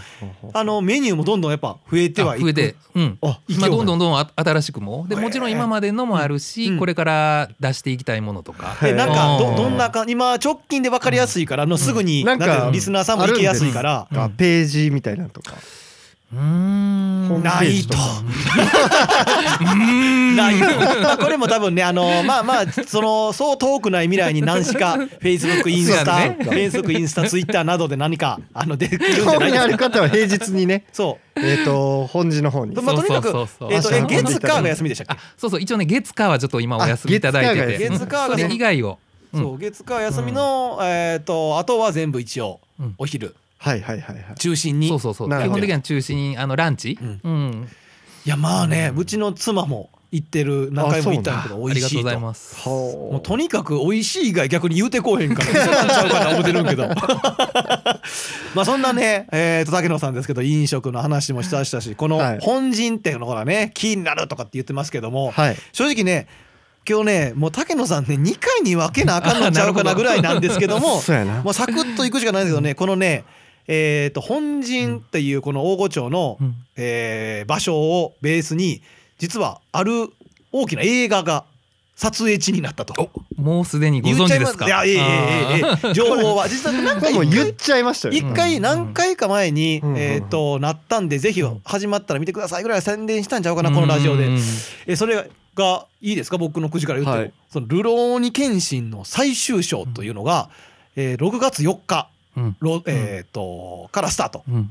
Speaker 3: あのメニューもどんどんやっぱ増えてはい
Speaker 4: あ増えて
Speaker 3: く
Speaker 4: うん
Speaker 3: あ勢い
Speaker 4: ま
Speaker 3: が
Speaker 4: あどんどんどんあ新しくもでもちろん今までのもあるし、
Speaker 3: うん
Speaker 4: これから出していきたいものとか、
Speaker 3: でなんか
Speaker 4: う
Speaker 3: ど
Speaker 4: ん
Speaker 3: どんなか今直近で分かりやすいからあのすぐに
Speaker 2: な
Speaker 3: なんん
Speaker 2: か
Speaker 3: かリスナーさんも行けやすいから
Speaker 4: うん
Speaker 2: ページみたいなのとか
Speaker 3: [laughs]
Speaker 4: うーん
Speaker 2: ホームペ
Speaker 3: な
Speaker 2: ー
Speaker 3: い
Speaker 2: ジ
Speaker 3: と
Speaker 2: とか。
Speaker 3: ない [laughs] とまあこれも多分ねあのまあまあそのそう遠くない未来に何しか Facebook インスタ
Speaker 4: そうやね
Speaker 3: Facebook インスタ Twitter などで何かあの出てくるんじゃ
Speaker 2: 興
Speaker 3: ない
Speaker 2: 味
Speaker 3: で
Speaker 2: あ
Speaker 3: す
Speaker 2: る
Speaker 3: か
Speaker 2: 方は平日にね
Speaker 3: そ
Speaker 2: えっと本寺の方
Speaker 3: [laughs]
Speaker 2: に
Speaker 3: うまあとにかく
Speaker 4: そうそうそう
Speaker 3: えっとえ
Speaker 2: 明日の
Speaker 3: 月火が休みでしたっけ
Speaker 4: そうそう一応ね月火はちょっと今お休みいただいてて
Speaker 3: あ月火が
Speaker 4: う
Speaker 3: 月火が
Speaker 4: ん
Speaker 3: ね
Speaker 4: それ以外をうん
Speaker 3: そう月火休みのえっとあとは全部一応
Speaker 4: うん
Speaker 3: お昼
Speaker 2: はいはいはいはい
Speaker 3: 中心に
Speaker 4: そうそうそう
Speaker 2: なるほ
Speaker 4: 基
Speaker 2: ど
Speaker 4: 本的には中心あのランチ
Speaker 3: うん
Speaker 4: うん
Speaker 3: いやまあねうちの妻も行ってる何回も行ったんやけど
Speaker 4: あ
Speaker 3: 美味
Speaker 4: りがとう
Speaker 3: しい
Speaker 4: ござい
Speaker 3: と。
Speaker 4: ます
Speaker 3: も
Speaker 2: も
Speaker 3: うとにかく美味しい以外逆に言うてこうへんから嘘なんちゃうかな思ってるんけ
Speaker 2: [laughs]
Speaker 3: どまあそんなねえーと竹野さんですけど飲食の話もしたしたしこの
Speaker 2: はい
Speaker 3: 本陣っていうのがね気になるとかって言ってますけども
Speaker 2: はい
Speaker 3: 正直ね今日ねもう竹野さんね2回に分けなあかんのちゃうかなぐらいなんですけども
Speaker 2: [laughs] そうやな
Speaker 3: もうサクッといくしかないんですけどねこのねえーと本陣っていうこの大御町の
Speaker 4: うん
Speaker 3: えー場所をベースに実はある大きな映画が撮影地になったと。
Speaker 4: もうすでにご
Speaker 3: 言
Speaker 4: 存
Speaker 3: っちゃ
Speaker 4: 知
Speaker 3: い
Speaker 4: で
Speaker 3: ますす
Speaker 4: か
Speaker 3: いやいやいやいやいや情報は実際なんか
Speaker 2: もう
Speaker 3: 一
Speaker 2: 言っ
Speaker 3: 回
Speaker 2: ちゃいましたよ
Speaker 3: 一回何回か前に
Speaker 2: うん
Speaker 3: えっとなったんでぜひ
Speaker 4: うん
Speaker 3: 始まったら見てくださいぐらい宣伝したんちゃう
Speaker 4: あ
Speaker 3: か
Speaker 4: ー
Speaker 3: なこのラジオ
Speaker 4: うんう
Speaker 3: で
Speaker 4: んうん
Speaker 3: えそれがいいですか僕の口から言っても、
Speaker 2: はい
Speaker 3: その「ルローニケンシン」の最終章というのが、えー6月4日
Speaker 4: うん
Speaker 3: ろ、えー、とからスタート
Speaker 4: うん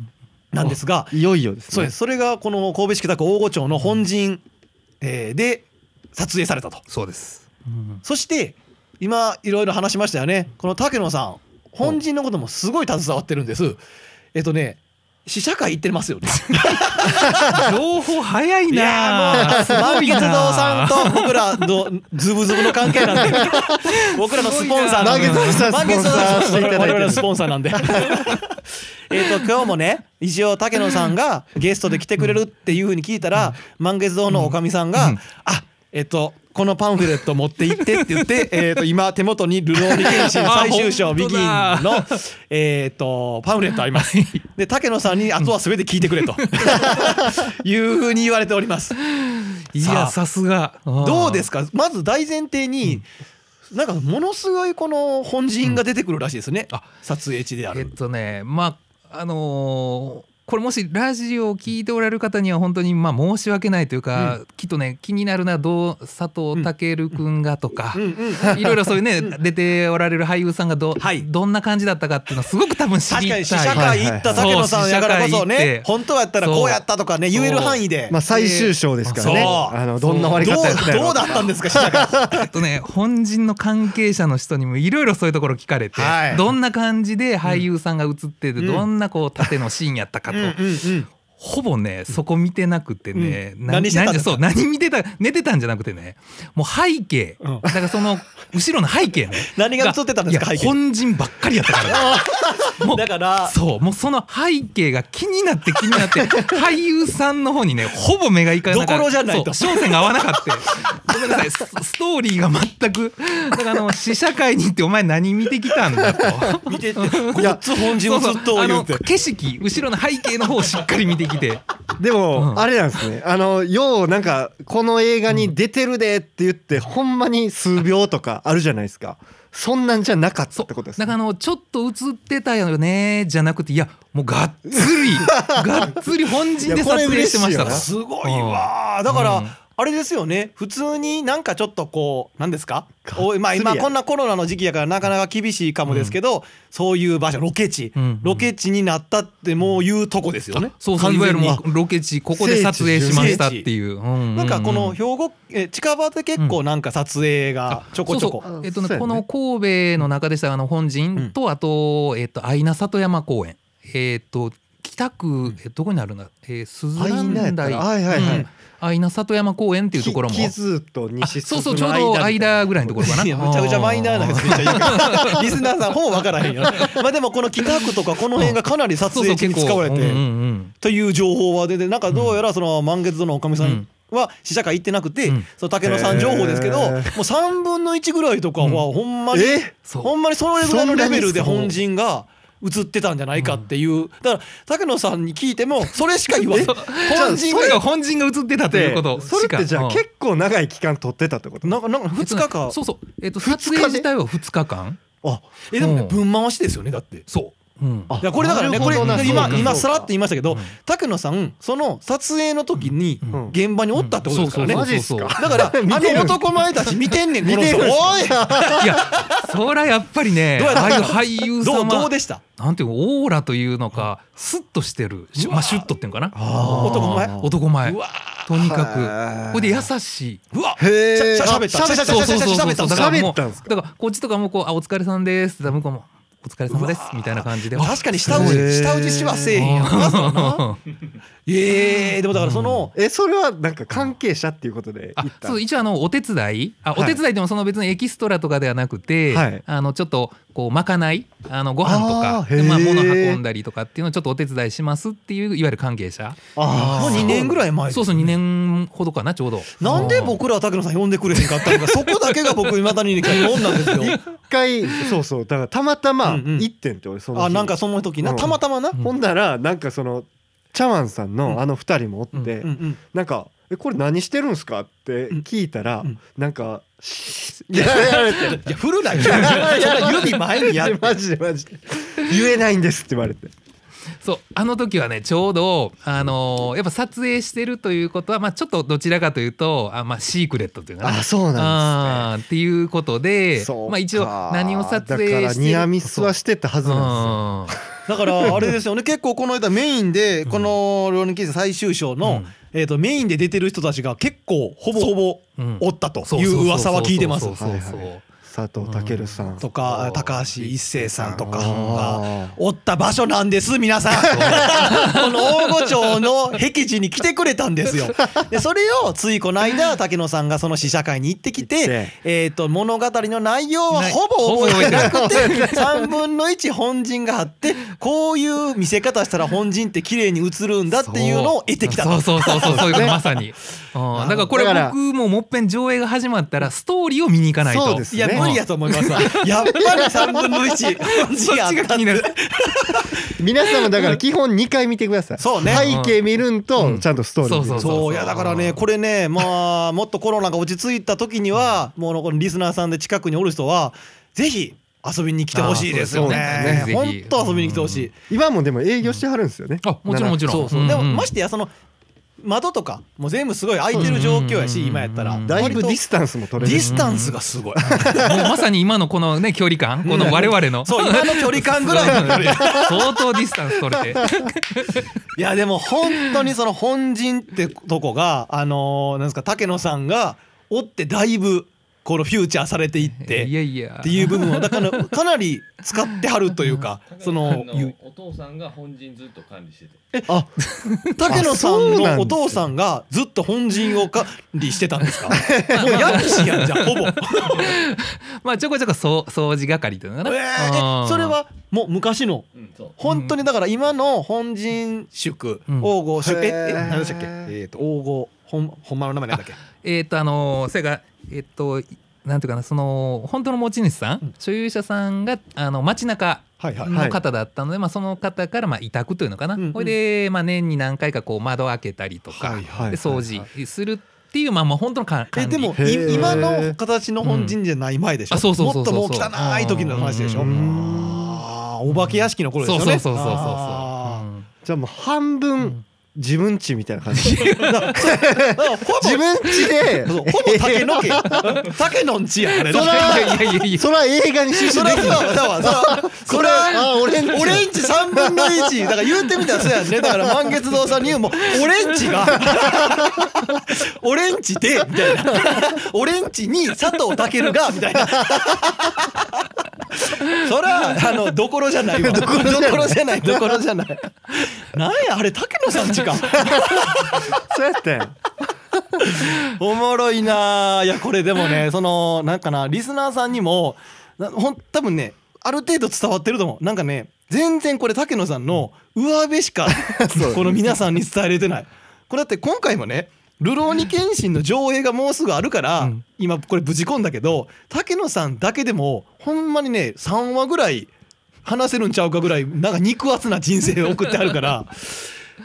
Speaker 3: なんですが、
Speaker 2: いよいよですね
Speaker 3: そうですそれがこの神戸市北区大御町の本陣、えーで撮影されたと
Speaker 4: そうですうん
Speaker 3: そして今いろいろ話しましたよねこの竹野さん本陣のこともすごい携わってるんですえっとね試写会行ってますよ
Speaker 2: [laughs]
Speaker 3: ね
Speaker 4: 情報早い
Speaker 3: い
Speaker 4: な
Speaker 3: や
Speaker 4: す
Speaker 3: ーもう
Speaker 4: ごい
Speaker 3: 満月
Speaker 4: な
Speaker 3: 堂さ
Speaker 4: [laughs]
Speaker 3: んと僕らのズブズブの関係なん
Speaker 2: [laughs]
Speaker 3: で僕らのスポンサーなんで
Speaker 2: 満月堂さん
Speaker 3: 満月堂
Speaker 2: スポンサーしていただいてる
Speaker 3: 我々のスポンサーなんでえっと今日もね一応竹野さんがゲストで来てくれるっていうふうに聞いたら満月堂のおかみさんが「あえっとこのパンフレット持って行って」って言
Speaker 4: [laughs]
Speaker 3: ってえっと今手元に「ルローニケンシン最終章
Speaker 4: あ
Speaker 3: ビ
Speaker 4: 本
Speaker 3: ギ
Speaker 4: 当
Speaker 3: ン
Speaker 4: だ
Speaker 3: のえっとパンフレットあります。で竹野さんにあとは全て聞いてくれというふうに言われております。
Speaker 4: いやさすが
Speaker 3: どうです
Speaker 4: か
Speaker 3: かまず大前提に、なんかものすごいこの本陣が出てくるらしいですね、
Speaker 4: うんあ
Speaker 3: 撮影地であ
Speaker 4: えっ
Speaker 3: る。
Speaker 4: とねまああのーこれもしラジオを聞いておられる方には本当にまあ申し訳ないというか、きっとね気になるなどう佐藤健くんがとか
Speaker 3: うん、うん
Speaker 4: [laughs] いろいろそういうね出ておられる俳優さんがど,、
Speaker 3: はい
Speaker 4: どんな感じだったかっていうのはすごく多分知
Speaker 3: 確
Speaker 4: り
Speaker 3: か
Speaker 4: たい
Speaker 3: に試写会行った竹野さんやからこそ
Speaker 4: はいはいはい
Speaker 3: ね
Speaker 4: そう
Speaker 3: 本当はやったらこうやったとかね
Speaker 4: そう
Speaker 3: 言える範囲で
Speaker 2: まあ最終章ですからね
Speaker 3: そう
Speaker 2: あのどんな
Speaker 3: どう
Speaker 2: 終わり方やったやろ
Speaker 3: どうだったんですか試写会
Speaker 4: あとね本人の関係者の人にもいろいろそういうところ聞かれて、
Speaker 3: はい
Speaker 4: どんな感じで俳優さんが映ってて、
Speaker 3: うん
Speaker 4: [laughs] どんなこう縦のシーンやったか
Speaker 3: うん
Speaker 4: と、
Speaker 3: うんうん
Speaker 4: ほぼねそこ見てなくてね、
Speaker 5: うん
Speaker 4: な
Speaker 5: 何してたんですか
Speaker 4: そう何見てた寝てたんじゃなくてねもう背景、
Speaker 5: うん
Speaker 4: だからその後ろの背景ね
Speaker 3: [laughs] 何が映ってたんですか
Speaker 4: いや
Speaker 3: 背景
Speaker 4: 本人ばっかりやっ
Speaker 3: [laughs]
Speaker 4: たから、ね、もう
Speaker 3: だから
Speaker 4: そうもうその背景が気になって気になって
Speaker 3: [laughs]
Speaker 4: 俳優さんの方にねほぼ目がいかなかった
Speaker 3: どころじゃないと
Speaker 4: そう焦点が合わなかったごめ
Speaker 3: [laughs]
Speaker 4: んなさいスストーリーが全くだからあの試写会に行ってお前何見てきたんだと
Speaker 3: [laughs] 見ててごっつ本人
Speaker 4: そ
Speaker 3: を
Speaker 4: うそ
Speaker 3: ず
Speaker 4: う
Speaker 3: っと
Speaker 4: あ
Speaker 3: 言う
Speaker 4: の
Speaker 3: て
Speaker 4: 景色後ろの背景の方をしっかり見てきて
Speaker 2: でも、
Speaker 4: うん
Speaker 2: あれなんですねあのようなんかこの映画に出てるでって言って、ほんまに数秒とかあるじゃないですかそんなんじゃなかったってことです
Speaker 4: だ
Speaker 2: ね
Speaker 4: からあのちょっと映ってたよねじゃなくていやもうがっつりがっつり本人で撮影してました
Speaker 2: いやこれ嬉
Speaker 4: か
Speaker 2: し
Speaker 4: ら
Speaker 3: すごいわーだか
Speaker 4: うん
Speaker 3: らあれですよね普通になんかちょっとこう何ですかおいまあ
Speaker 2: がっつ
Speaker 3: 今
Speaker 2: りや
Speaker 3: こんなコロナの時期やからなかなか厳しいかもですけどそういう場所ロケ地
Speaker 4: うんうん
Speaker 3: ロケ地になったってもういうとこですよね
Speaker 4: そうそうい
Speaker 3: 完
Speaker 4: わゆ
Speaker 3: 全
Speaker 4: る
Speaker 3: に
Speaker 4: もうロケ地ここで撮影しましたっていう、
Speaker 3: なんかこの
Speaker 4: うん
Speaker 3: 兵庫え近場で結構なんか撮影がちょこちょこ
Speaker 4: そうそ
Speaker 2: あ
Speaker 4: うえっとね
Speaker 2: そうやね
Speaker 4: この神戸の中でしたらあの本陣と、あとえっと愛名里山公園えっと北区えどこにあるんだ、えー、鈴
Speaker 2: あい
Speaker 4: 蘭
Speaker 2: なやった
Speaker 4: 台
Speaker 2: らはいはいはい、
Speaker 4: うん愛名里山公園っていうところも
Speaker 2: き傷と西
Speaker 4: そ
Speaker 2: 進
Speaker 4: うそうちょ
Speaker 2: の
Speaker 4: う
Speaker 2: 間
Speaker 4: ど間ぐらいのところかな
Speaker 3: いやめちゃくちゃマイナーなんですめっちゃ言う [laughs] からリスナーさんほぼ分からへんよ [laughs] まあでもこの北区とかこの辺がかなり撮影地に使われ
Speaker 4: そうそう結構うん
Speaker 3: て
Speaker 4: うんうん
Speaker 3: という情報は出てなんかどうやらその満月堂のおかみさ
Speaker 4: うんん
Speaker 3: は試写会行ってなくて、
Speaker 4: うん
Speaker 3: その竹野さん情報ですけど、
Speaker 2: へー
Speaker 3: もう3分の1ぐらいとかは
Speaker 4: うん
Speaker 3: ほんまに、
Speaker 2: え
Speaker 4: そう
Speaker 3: ほんまにそれぐらいのレベルで
Speaker 2: そんな
Speaker 3: 本
Speaker 2: に
Speaker 3: 人が映ってたんじゃないかっていう、だから竹野さんに聞いてもそれしか言わない
Speaker 4: 本人が本人が映ってたということ
Speaker 2: それってじゃあ
Speaker 4: うん
Speaker 2: 結構長い期間撮ってたってこと
Speaker 3: なんかなんか2日か
Speaker 4: そうそう、えっと、
Speaker 2: 二日で
Speaker 4: 撮影自体は2日間
Speaker 3: あえでもね
Speaker 4: うん
Speaker 3: 分回しですよねだって。
Speaker 4: そう、うん、
Speaker 2: あ
Speaker 3: いやこれだからね
Speaker 2: なる
Speaker 3: こ
Speaker 2: ほ
Speaker 3: れ
Speaker 2: どな
Speaker 3: 今
Speaker 4: そうか
Speaker 3: 今さらって言いましたけど
Speaker 4: うん
Speaker 3: 竹野さんその撮影の時に
Speaker 4: うん
Speaker 3: 現場におったってことですからね
Speaker 4: うん
Speaker 2: マジっすか
Speaker 3: だ
Speaker 4: [laughs]
Speaker 3: からあ
Speaker 2: 見てる
Speaker 3: の男前たち見てんねんこの人
Speaker 2: 見てる
Speaker 3: おい
Speaker 4: いやそりゃやっぱりね
Speaker 3: どうやった
Speaker 4: ああいう俳優さ
Speaker 3: ど
Speaker 4: ん
Speaker 3: うど
Speaker 4: は
Speaker 3: うでした
Speaker 4: なんていうのオーラというのかスッとしてるし
Speaker 3: うわ
Speaker 4: まあシュッとっていうのかな
Speaker 2: あー
Speaker 3: 男前
Speaker 4: 男前
Speaker 3: うわ
Speaker 4: とにか
Speaker 2: はい
Speaker 4: くこれで優しいう
Speaker 3: わ
Speaker 2: へえ
Speaker 3: しゃしゃべったしゃべったしゃ
Speaker 4: そう
Speaker 3: べ
Speaker 4: そうそうそう
Speaker 3: った
Speaker 4: そう
Speaker 3: し
Speaker 4: だ
Speaker 3: ゃべっ
Speaker 2: 喋
Speaker 4: からも
Speaker 2: っ
Speaker 4: う
Speaker 2: たんですか
Speaker 4: だからこっちとかもこうあお疲れさんですって向こうもお疲れ様ですみたいな感じで
Speaker 3: た確かに舌打ち
Speaker 2: へー
Speaker 3: 舌打ちしはせえへんやん [laughs] ええでもだからその
Speaker 2: えそれはなんか関係者っていうことで
Speaker 4: あ
Speaker 2: 行った
Speaker 4: そう一応あのお手伝いあ
Speaker 2: はい
Speaker 4: お手伝いでもその別にエキストラとかではなくて、
Speaker 2: はい
Speaker 4: あのちょっとこうまかないあのご飯と
Speaker 2: あ
Speaker 4: か
Speaker 2: ーへー
Speaker 4: まあ、物運んだりとかっていうのをちょっとお手伝いしますっていういわゆる関係者
Speaker 2: あ
Speaker 3: もう
Speaker 2: ー
Speaker 3: 2年ぐらい前
Speaker 4: そうそう2年ほどかなちょうど
Speaker 3: なんで僕らは竹野さん呼んでくれへんかったのかそこだけが僕未だに疑問なんですよ
Speaker 4: [laughs]
Speaker 2: 一回そうそうだからたまたま
Speaker 3: うんうん
Speaker 2: 行ってんって俺その日
Speaker 3: あなんかその時な
Speaker 2: うん
Speaker 3: たまたまな
Speaker 4: うん
Speaker 2: ほんならなんかその茶碗さんのあの二人もおっ
Speaker 4: うん
Speaker 2: て
Speaker 3: うんうん
Speaker 2: なんか「えこれ何してるんすか?」って聞いたら
Speaker 3: うん
Speaker 2: なんか「やられてる
Speaker 3: いや振るなよ [laughs] そんな指前にやって
Speaker 2: マジでマジで言えないんです」って言われて
Speaker 4: そうあの時はねちょうど、あのーやっぱ撮影してるということは、まあ、ちょっとどちらかというとあ、まあ、シークレットというかな
Speaker 2: そう
Speaker 4: あーっていうことで
Speaker 2: そうか
Speaker 4: まあ、一応何を撮影して
Speaker 2: だ
Speaker 4: る
Speaker 2: からニアミスはしてたはずなんで
Speaker 4: う
Speaker 3: だ
Speaker 4: ん
Speaker 3: からあれですよね結構この間メインでこの「ローニンキーズ」最終章の、えー、とメインで出てる人たちが結構ほぼほぼ
Speaker 4: うん
Speaker 3: おったと
Speaker 4: そう
Speaker 3: い
Speaker 4: そうそ
Speaker 3: う
Speaker 4: うそう
Speaker 3: 噂は聞いてます
Speaker 4: そうそうそう
Speaker 2: はいす佐藤健さん
Speaker 3: とか高橋一生さんとかが
Speaker 2: あ
Speaker 3: おった場所なんです皆
Speaker 4: [laughs]
Speaker 3: さんこの大御町の僻地に来てくれたんですよでそれをついこの間竹野さんがその試写会に行ってき
Speaker 2: 行って
Speaker 3: てえー、と物語の内容は
Speaker 4: ない
Speaker 3: ほぼ覚えてなくて
Speaker 2: ほぼ覚えてない
Speaker 3: 3分の1本陣があってこういう見せ方したら本陣って綺麗に映るんだっていうのを得てきたと
Speaker 4: そうそうそうそうそうい
Speaker 3: [laughs]
Speaker 4: うことまさに、うん、だからこれ
Speaker 2: だから
Speaker 4: 僕ももっぺん上映が始まったらストーリーを見に行かないと
Speaker 2: そうです
Speaker 3: いや、
Speaker 2: ね
Speaker 3: 無理やと思いますわ。やっぱり3分の1。
Speaker 4: [laughs] そっちが気になる
Speaker 2: ー皆様だから基本2回見てください
Speaker 3: そうね
Speaker 2: 背景見るん
Speaker 4: う
Speaker 2: と
Speaker 4: ん
Speaker 2: ちゃんとストーリー見る
Speaker 4: そう
Speaker 3: そういやだからねこれね
Speaker 4: [laughs]
Speaker 3: まあもっとコロナが落ち着いた時にはもうこのリスナーさんで近くにおる人はぜひ遊びに来てほしいですよ
Speaker 2: あ
Speaker 3: ね
Speaker 4: ーそうですねぜひ
Speaker 3: 本当遊びに来てほしい、
Speaker 2: 今もでも営業してはるんですよね、
Speaker 4: あもちろんもちろん
Speaker 3: そうそう、でもましててやその窓とかもう全部すごい開いてる状況やし、
Speaker 4: うん
Speaker 3: 今やったら、
Speaker 4: うん
Speaker 2: だいぶディ
Speaker 3: 割
Speaker 2: スタンスも
Speaker 3: と
Speaker 2: 取
Speaker 3: ディ
Speaker 2: れる
Speaker 3: スタンスがすごい、
Speaker 4: もうまさに今のこのね距離感この我々
Speaker 3: [laughs]
Speaker 4: の、
Speaker 3: そう今の距離感ぐらいの距離
Speaker 4: [laughs] 相当ディスタンス取れて
Speaker 3: [laughs] いやでも本当にその本陣ってとこがあのーなんですか竹野さんがおってだいぶこのフューチャーされていっ
Speaker 4: いや
Speaker 3: て。
Speaker 4: いや
Speaker 3: っていう部分はだからかなり使ってはるという
Speaker 4: [laughs]
Speaker 3: かその
Speaker 6: あのお父さんが本陣ずっと管理してて
Speaker 2: あ
Speaker 3: 竹野さん
Speaker 2: そうなんです
Speaker 3: の
Speaker 2: ね
Speaker 3: お父さんがずっと本陣を管理してたん [laughs] ですかもうやっしやんじゃんほぼえ
Speaker 4: まあちょこちょこそう掃除係というのかな、
Speaker 3: ー
Speaker 4: うん
Speaker 3: [laughs] えそれはもう昔の
Speaker 6: うんそう
Speaker 3: 本当にだから今の本陣宿
Speaker 4: うん
Speaker 3: 王郷宿え
Speaker 2: へー
Speaker 3: え何でしたっけえっと王郷本本間の名前なんだっけ
Speaker 4: えっ、とあのそれがえっ、となんていうかなその本当の持ち主さん、
Speaker 3: うん
Speaker 4: 所有者さんがあの街中
Speaker 3: はいはい
Speaker 4: の方だったので、まあ、その方からまあ委託というのかな、
Speaker 3: うんうん
Speaker 4: これで、まあ、年に何回かこう窓を開けたりとか、
Speaker 2: はいはい
Speaker 4: で掃除するっていう、まあ、まあ本当のか管
Speaker 3: え
Speaker 4: 理
Speaker 3: でも
Speaker 2: へー
Speaker 3: い今の形の本陣じゃない前でしょ
Speaker 4: あそうそうそ
Speaker 3: も
Speaker 4: う
Speaker 3: っ
Speaker 4: そ
Speaker 3: と
Speaker 4: う
Speaker 3: もう汚い時の話でしょ
Speaker 4: うんうん
Speaker 3: あーお化け屋敷の
Speaker 4: そ
Speaker 3: 頃
Speaker 4: う
Speaker 3: です
Speaker 4: そう
Speaker 3: よ
Speaker 4: そう
Speaker 3: ね
Speaker 4: そうそうそう
Speaker 3: あー
Speaker 2: じゃあもう半
Speaker 4: う
Speaker 2: 分
Speaker 4: ん
Speaker 2: 自分ちみたいな感じ
Speaker 3: だからほぼ
Speaker 2: 自分ちで
Speaker 3: そうほぼ竹の [laughs] 家竹のんちやあれ
Speaker 4: いやいやいやいや
Speaker 2: そら映画に集
Speaker 3: そ
Speaker 2: 中
Speaker 3: れ
Speaker 2: で
Speaker 3: は
Speaker 2: きる
Speaker 3: だわだわそれは
Speaker 2: あ俺んち
Speaker 3: 俺んち3分の1だから言うてみたらそうやんねだから満月堂さんに言うも俺んち [laughs] が俺んちでみたいな俺んちに佐藤健がみたいな [laughs] それはあのどころじゃないわどころじゃないどころじゃないなんやあれ竹野さんちか
Speaker 2: そうやって
Speaker 3: [laughs] おもろいなあいやこれでも
Speaker 2: [laughs]
Speaker 3: ねそのなんかなリスナーさんにもなほん多分ねある程度伝わってると思うなんかね全然これ竹野さんの上辺しか
Speaker 2: [laughs] そう
Speaker 3: この皆さんに伝えれてないこれだって今回もね「流浪に剣心」の上映がもうすぐあるから、
Speaker 4: うん
Speaker 3: 今これぶち込んだけど竹野さんだけでもほんまにね3話ぐらい話せるんちゃうかぐらいなんか肉厚な人生を送ってある
Speaker 2: [laughs]
Speaker 3: から。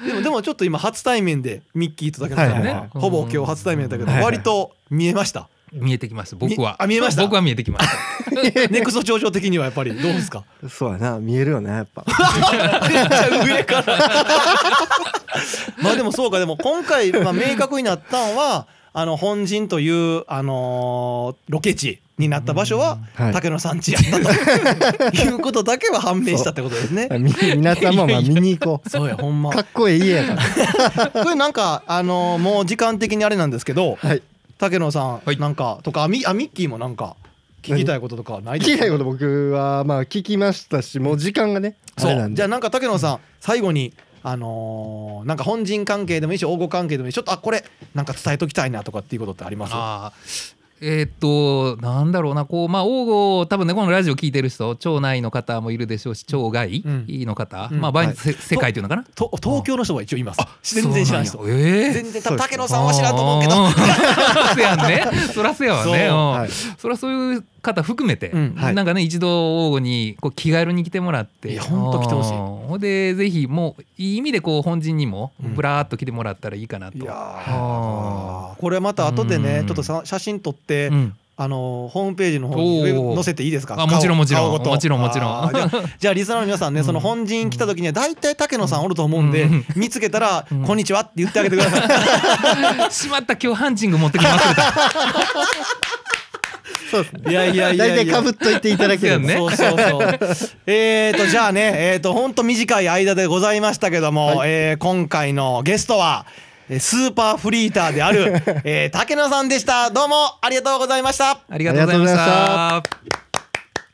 Speaker 3: でもでもちょっと今初対面でミッキーと竹野さん
Speaker 2: はいはい
Speaker 3: ね
Speaker 2: はい
Speaker 3: ほぼ今日初対面だけど
Speaker 2: はいはい
Speaker 3: 割と見えました。
Speaker 4: 見えてきました僕は
Speaker 3: みあ見えました
Speaker 4: 僕は見えてきました
Speaker 3: ネクスト上場的にはやっぱりどうですか。
Speaker 2: そうやな見えるよねやっ
Speaker 3: [laughs]
Speaker 2: ぱ
Speaker 3: 上から。 [laughs] まあでもそうかでも今回まあ明確になったんはあの本陣というあのーロケ地になった場所は
Speaker 2: はい
Speaker 3: 竹野さん地やったということだけは判明したってことですね。
Speaker 2: み皆さんもまあ見に行こ
Speaker 3: そうやほん
Speaker 2: う
Speaker 3: ま。
Speaker 2: か
Speaker 3: こ
Speaker 2: っこいい家や
Speaker 3: [laughs]
Speaker 2: から
Speaker 3: れなんかあのーもう時間的にあれなんですけど。
Speaker 2: はい
Speaker 3: 竹野さ
Speaker 4: はい
Speaker 3: んなんかとかあミあミッキーもなんか聞きたいこととかはない
Speaker 2: 聞きたい
Speaker 3: こ
Speaker 2: こと僕はまあ聞きましたしもう時間がねあれ
Speaker 3: そ
Speaker 2: な
Speaker 3: うんじゃあ
Speaker 2: で
Speaker 3: なんか竹野さん最後にあのーなんか本人関係でもいいし応募関係でもいいしちょっとあこれなんか伝えときたいなとかっていうことってあります
Speaker 4: あーえーっとなんだろうなこうまあ王吾多分ねこのラジオ聞いてる人町内の方もいるでしょうし町外
Speaker 3: うん
Speaker 4: の方、
Speaker 3: うん
Speaker 4: まあ場合に
Speaker 2: はい
Speaker 4: せ世界というのかな
Speaker 3: と東京の人は一応います全然知らない人
Speaker 4: そうなんやえー
Speaker 3: 全然多分竹野さんは知らんと思うけど
Speaker 4: [laughs] んうんせやんねそらせやわね
Speaker 3: そう
Speaker 4: うん
Speaker 2: はい
Speaker 4: そらそういう方含めて、
Speaker 3: うん
Speaker 2: はい
Speaker 4: なんかね一度王吾にこう気軽に来てもらって
Speaker 3: いやほんと来てほしい
Speaker 4: うんほんでぜひもういい意味でこう本陣にも
Speaker 3: うん
Speaker 4: ぶらーっと来てもらったらいいかなと、
Speaker 3: いや
Speaker 4: あ
Speaker 3: ーこれまた後で
Speaker 4: う
Speaker 3: ね
Speaker 4: ん
Speaker 3: ちょっとさ写真撮って、 [laughs]
Speaker 4: うん
Speaker 3: あのーホームページの方にウェ
Speaker 4: お
Speaker 3: ブ
Speaker 4: ー
Speaker 3: 載せていいですか
Speaker 4: あもちろ
Speaker 3: 顔
Speaker 4: んもちろん
Speaker 3: 顔ごと
Speaker 4: もちろんもちろん
Speaker 3: あーじゃあじゃあリスナーの皆さんねその本陣来た時には大体竹野さんおると思うんで
Speaker 4: うん
Speaker 3: 見つけたら
Speaker 4: うん
Speaker 3: 「こんにちは」って言ってあげてください
Speaker 4: しまった今日ハンチング持ってきますれた
Speaker 2: そうですね
Speaker 3: いやいや
Speaker 2: 大
Speaker 3: いや
Speaker 2: 体かぶっといていただければ
Speaker 4: ね
Speaker 3: そう
Speaker 2: [laughs]
Speaker 3: そうそう。えーとじゃあね、えーと本当短い間でございましたけども、えー今回のゲストはえースーパーフリーターであ
Speaker 2: [laughs]
Speaker 3: る、えー、竹野さんでした。どうもありがとうございました。
Speaker 4: ありがとうございまし
Speaker 2: ありがとうござ
Speaker 4: た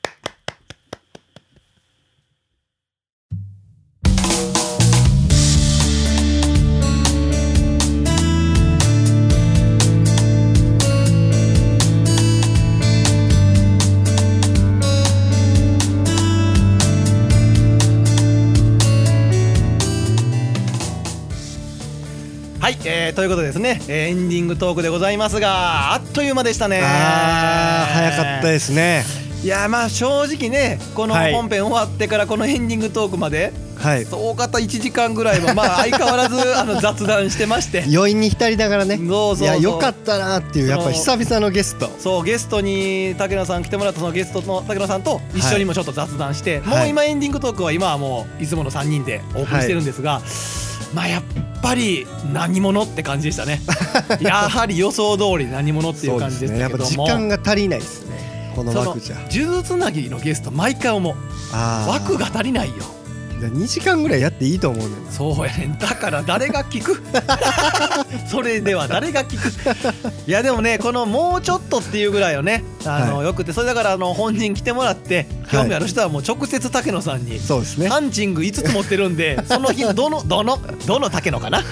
Speaker 3: はい、えーということでですね、えーエンディングトークでございますが、あっという間でしたね。
Speaker 2: あー早かったですね
Speaker 3: いやまあ正直ねこの
Speaker 2: はい
Speaker 3: 本編終わってからこのエンディングトークまで、
Speaker 2: はい
Speaker 3: 大方1時間ぐらいはまあ相変わらずあの雑談してま
Speaker 2: [laughs]
Speaker 3: して
Speaker 2: 余韻に浸りながらね
Speaker 3: そうそうそう
Speaker 2: いやよかったなっていうやっぱ久々のゲスト
Speaker 3: そうゲストに竹野さん来てもらったそのゲストの竹野さんと一緒にもちょっと雑談して、
Speaker 2: はい
Speaker 3: もう今エンディングトークは今はもういつもの3人でお送りしてるんですが、まあやっぱり何者って感じでした
Speaker 2: [laughs]
Speaker 3: ねやはり予想通り何者っていう感じでし
Speaker 2: ねや
Speaker 3: た
Speaker 2: っ
Speaker 3: け
Speaker 2: ぱ
Speaker 3: ども
Speaker 2: 時間が足りないですねこの
Speaker 3: その
Speaker 2: 枠じゃ
Speaker 3: 数珠つなぎのゲスト毎回思う
Speaker 2: あー
Speaker 3: 枠が足りないよ
Speaker 2: ゃあ2時間ぐらいやっていいと思うねんな
Speaker 3: そうやねんだから誰が聞く [laughs] それでは誰が聞くいやでもねこの「もうちょっと」っていうぐらいよねあの、
Speaker 2: は
Speaker 3: よくてそれだからあの本人来てもらって興味ある人はもう直接竹野さんに。
Speaker 2: そうですね
Speaker 3: ハンチング5つ持ってるんでその日のどの [laughs] どのどの竹野かな [laughs]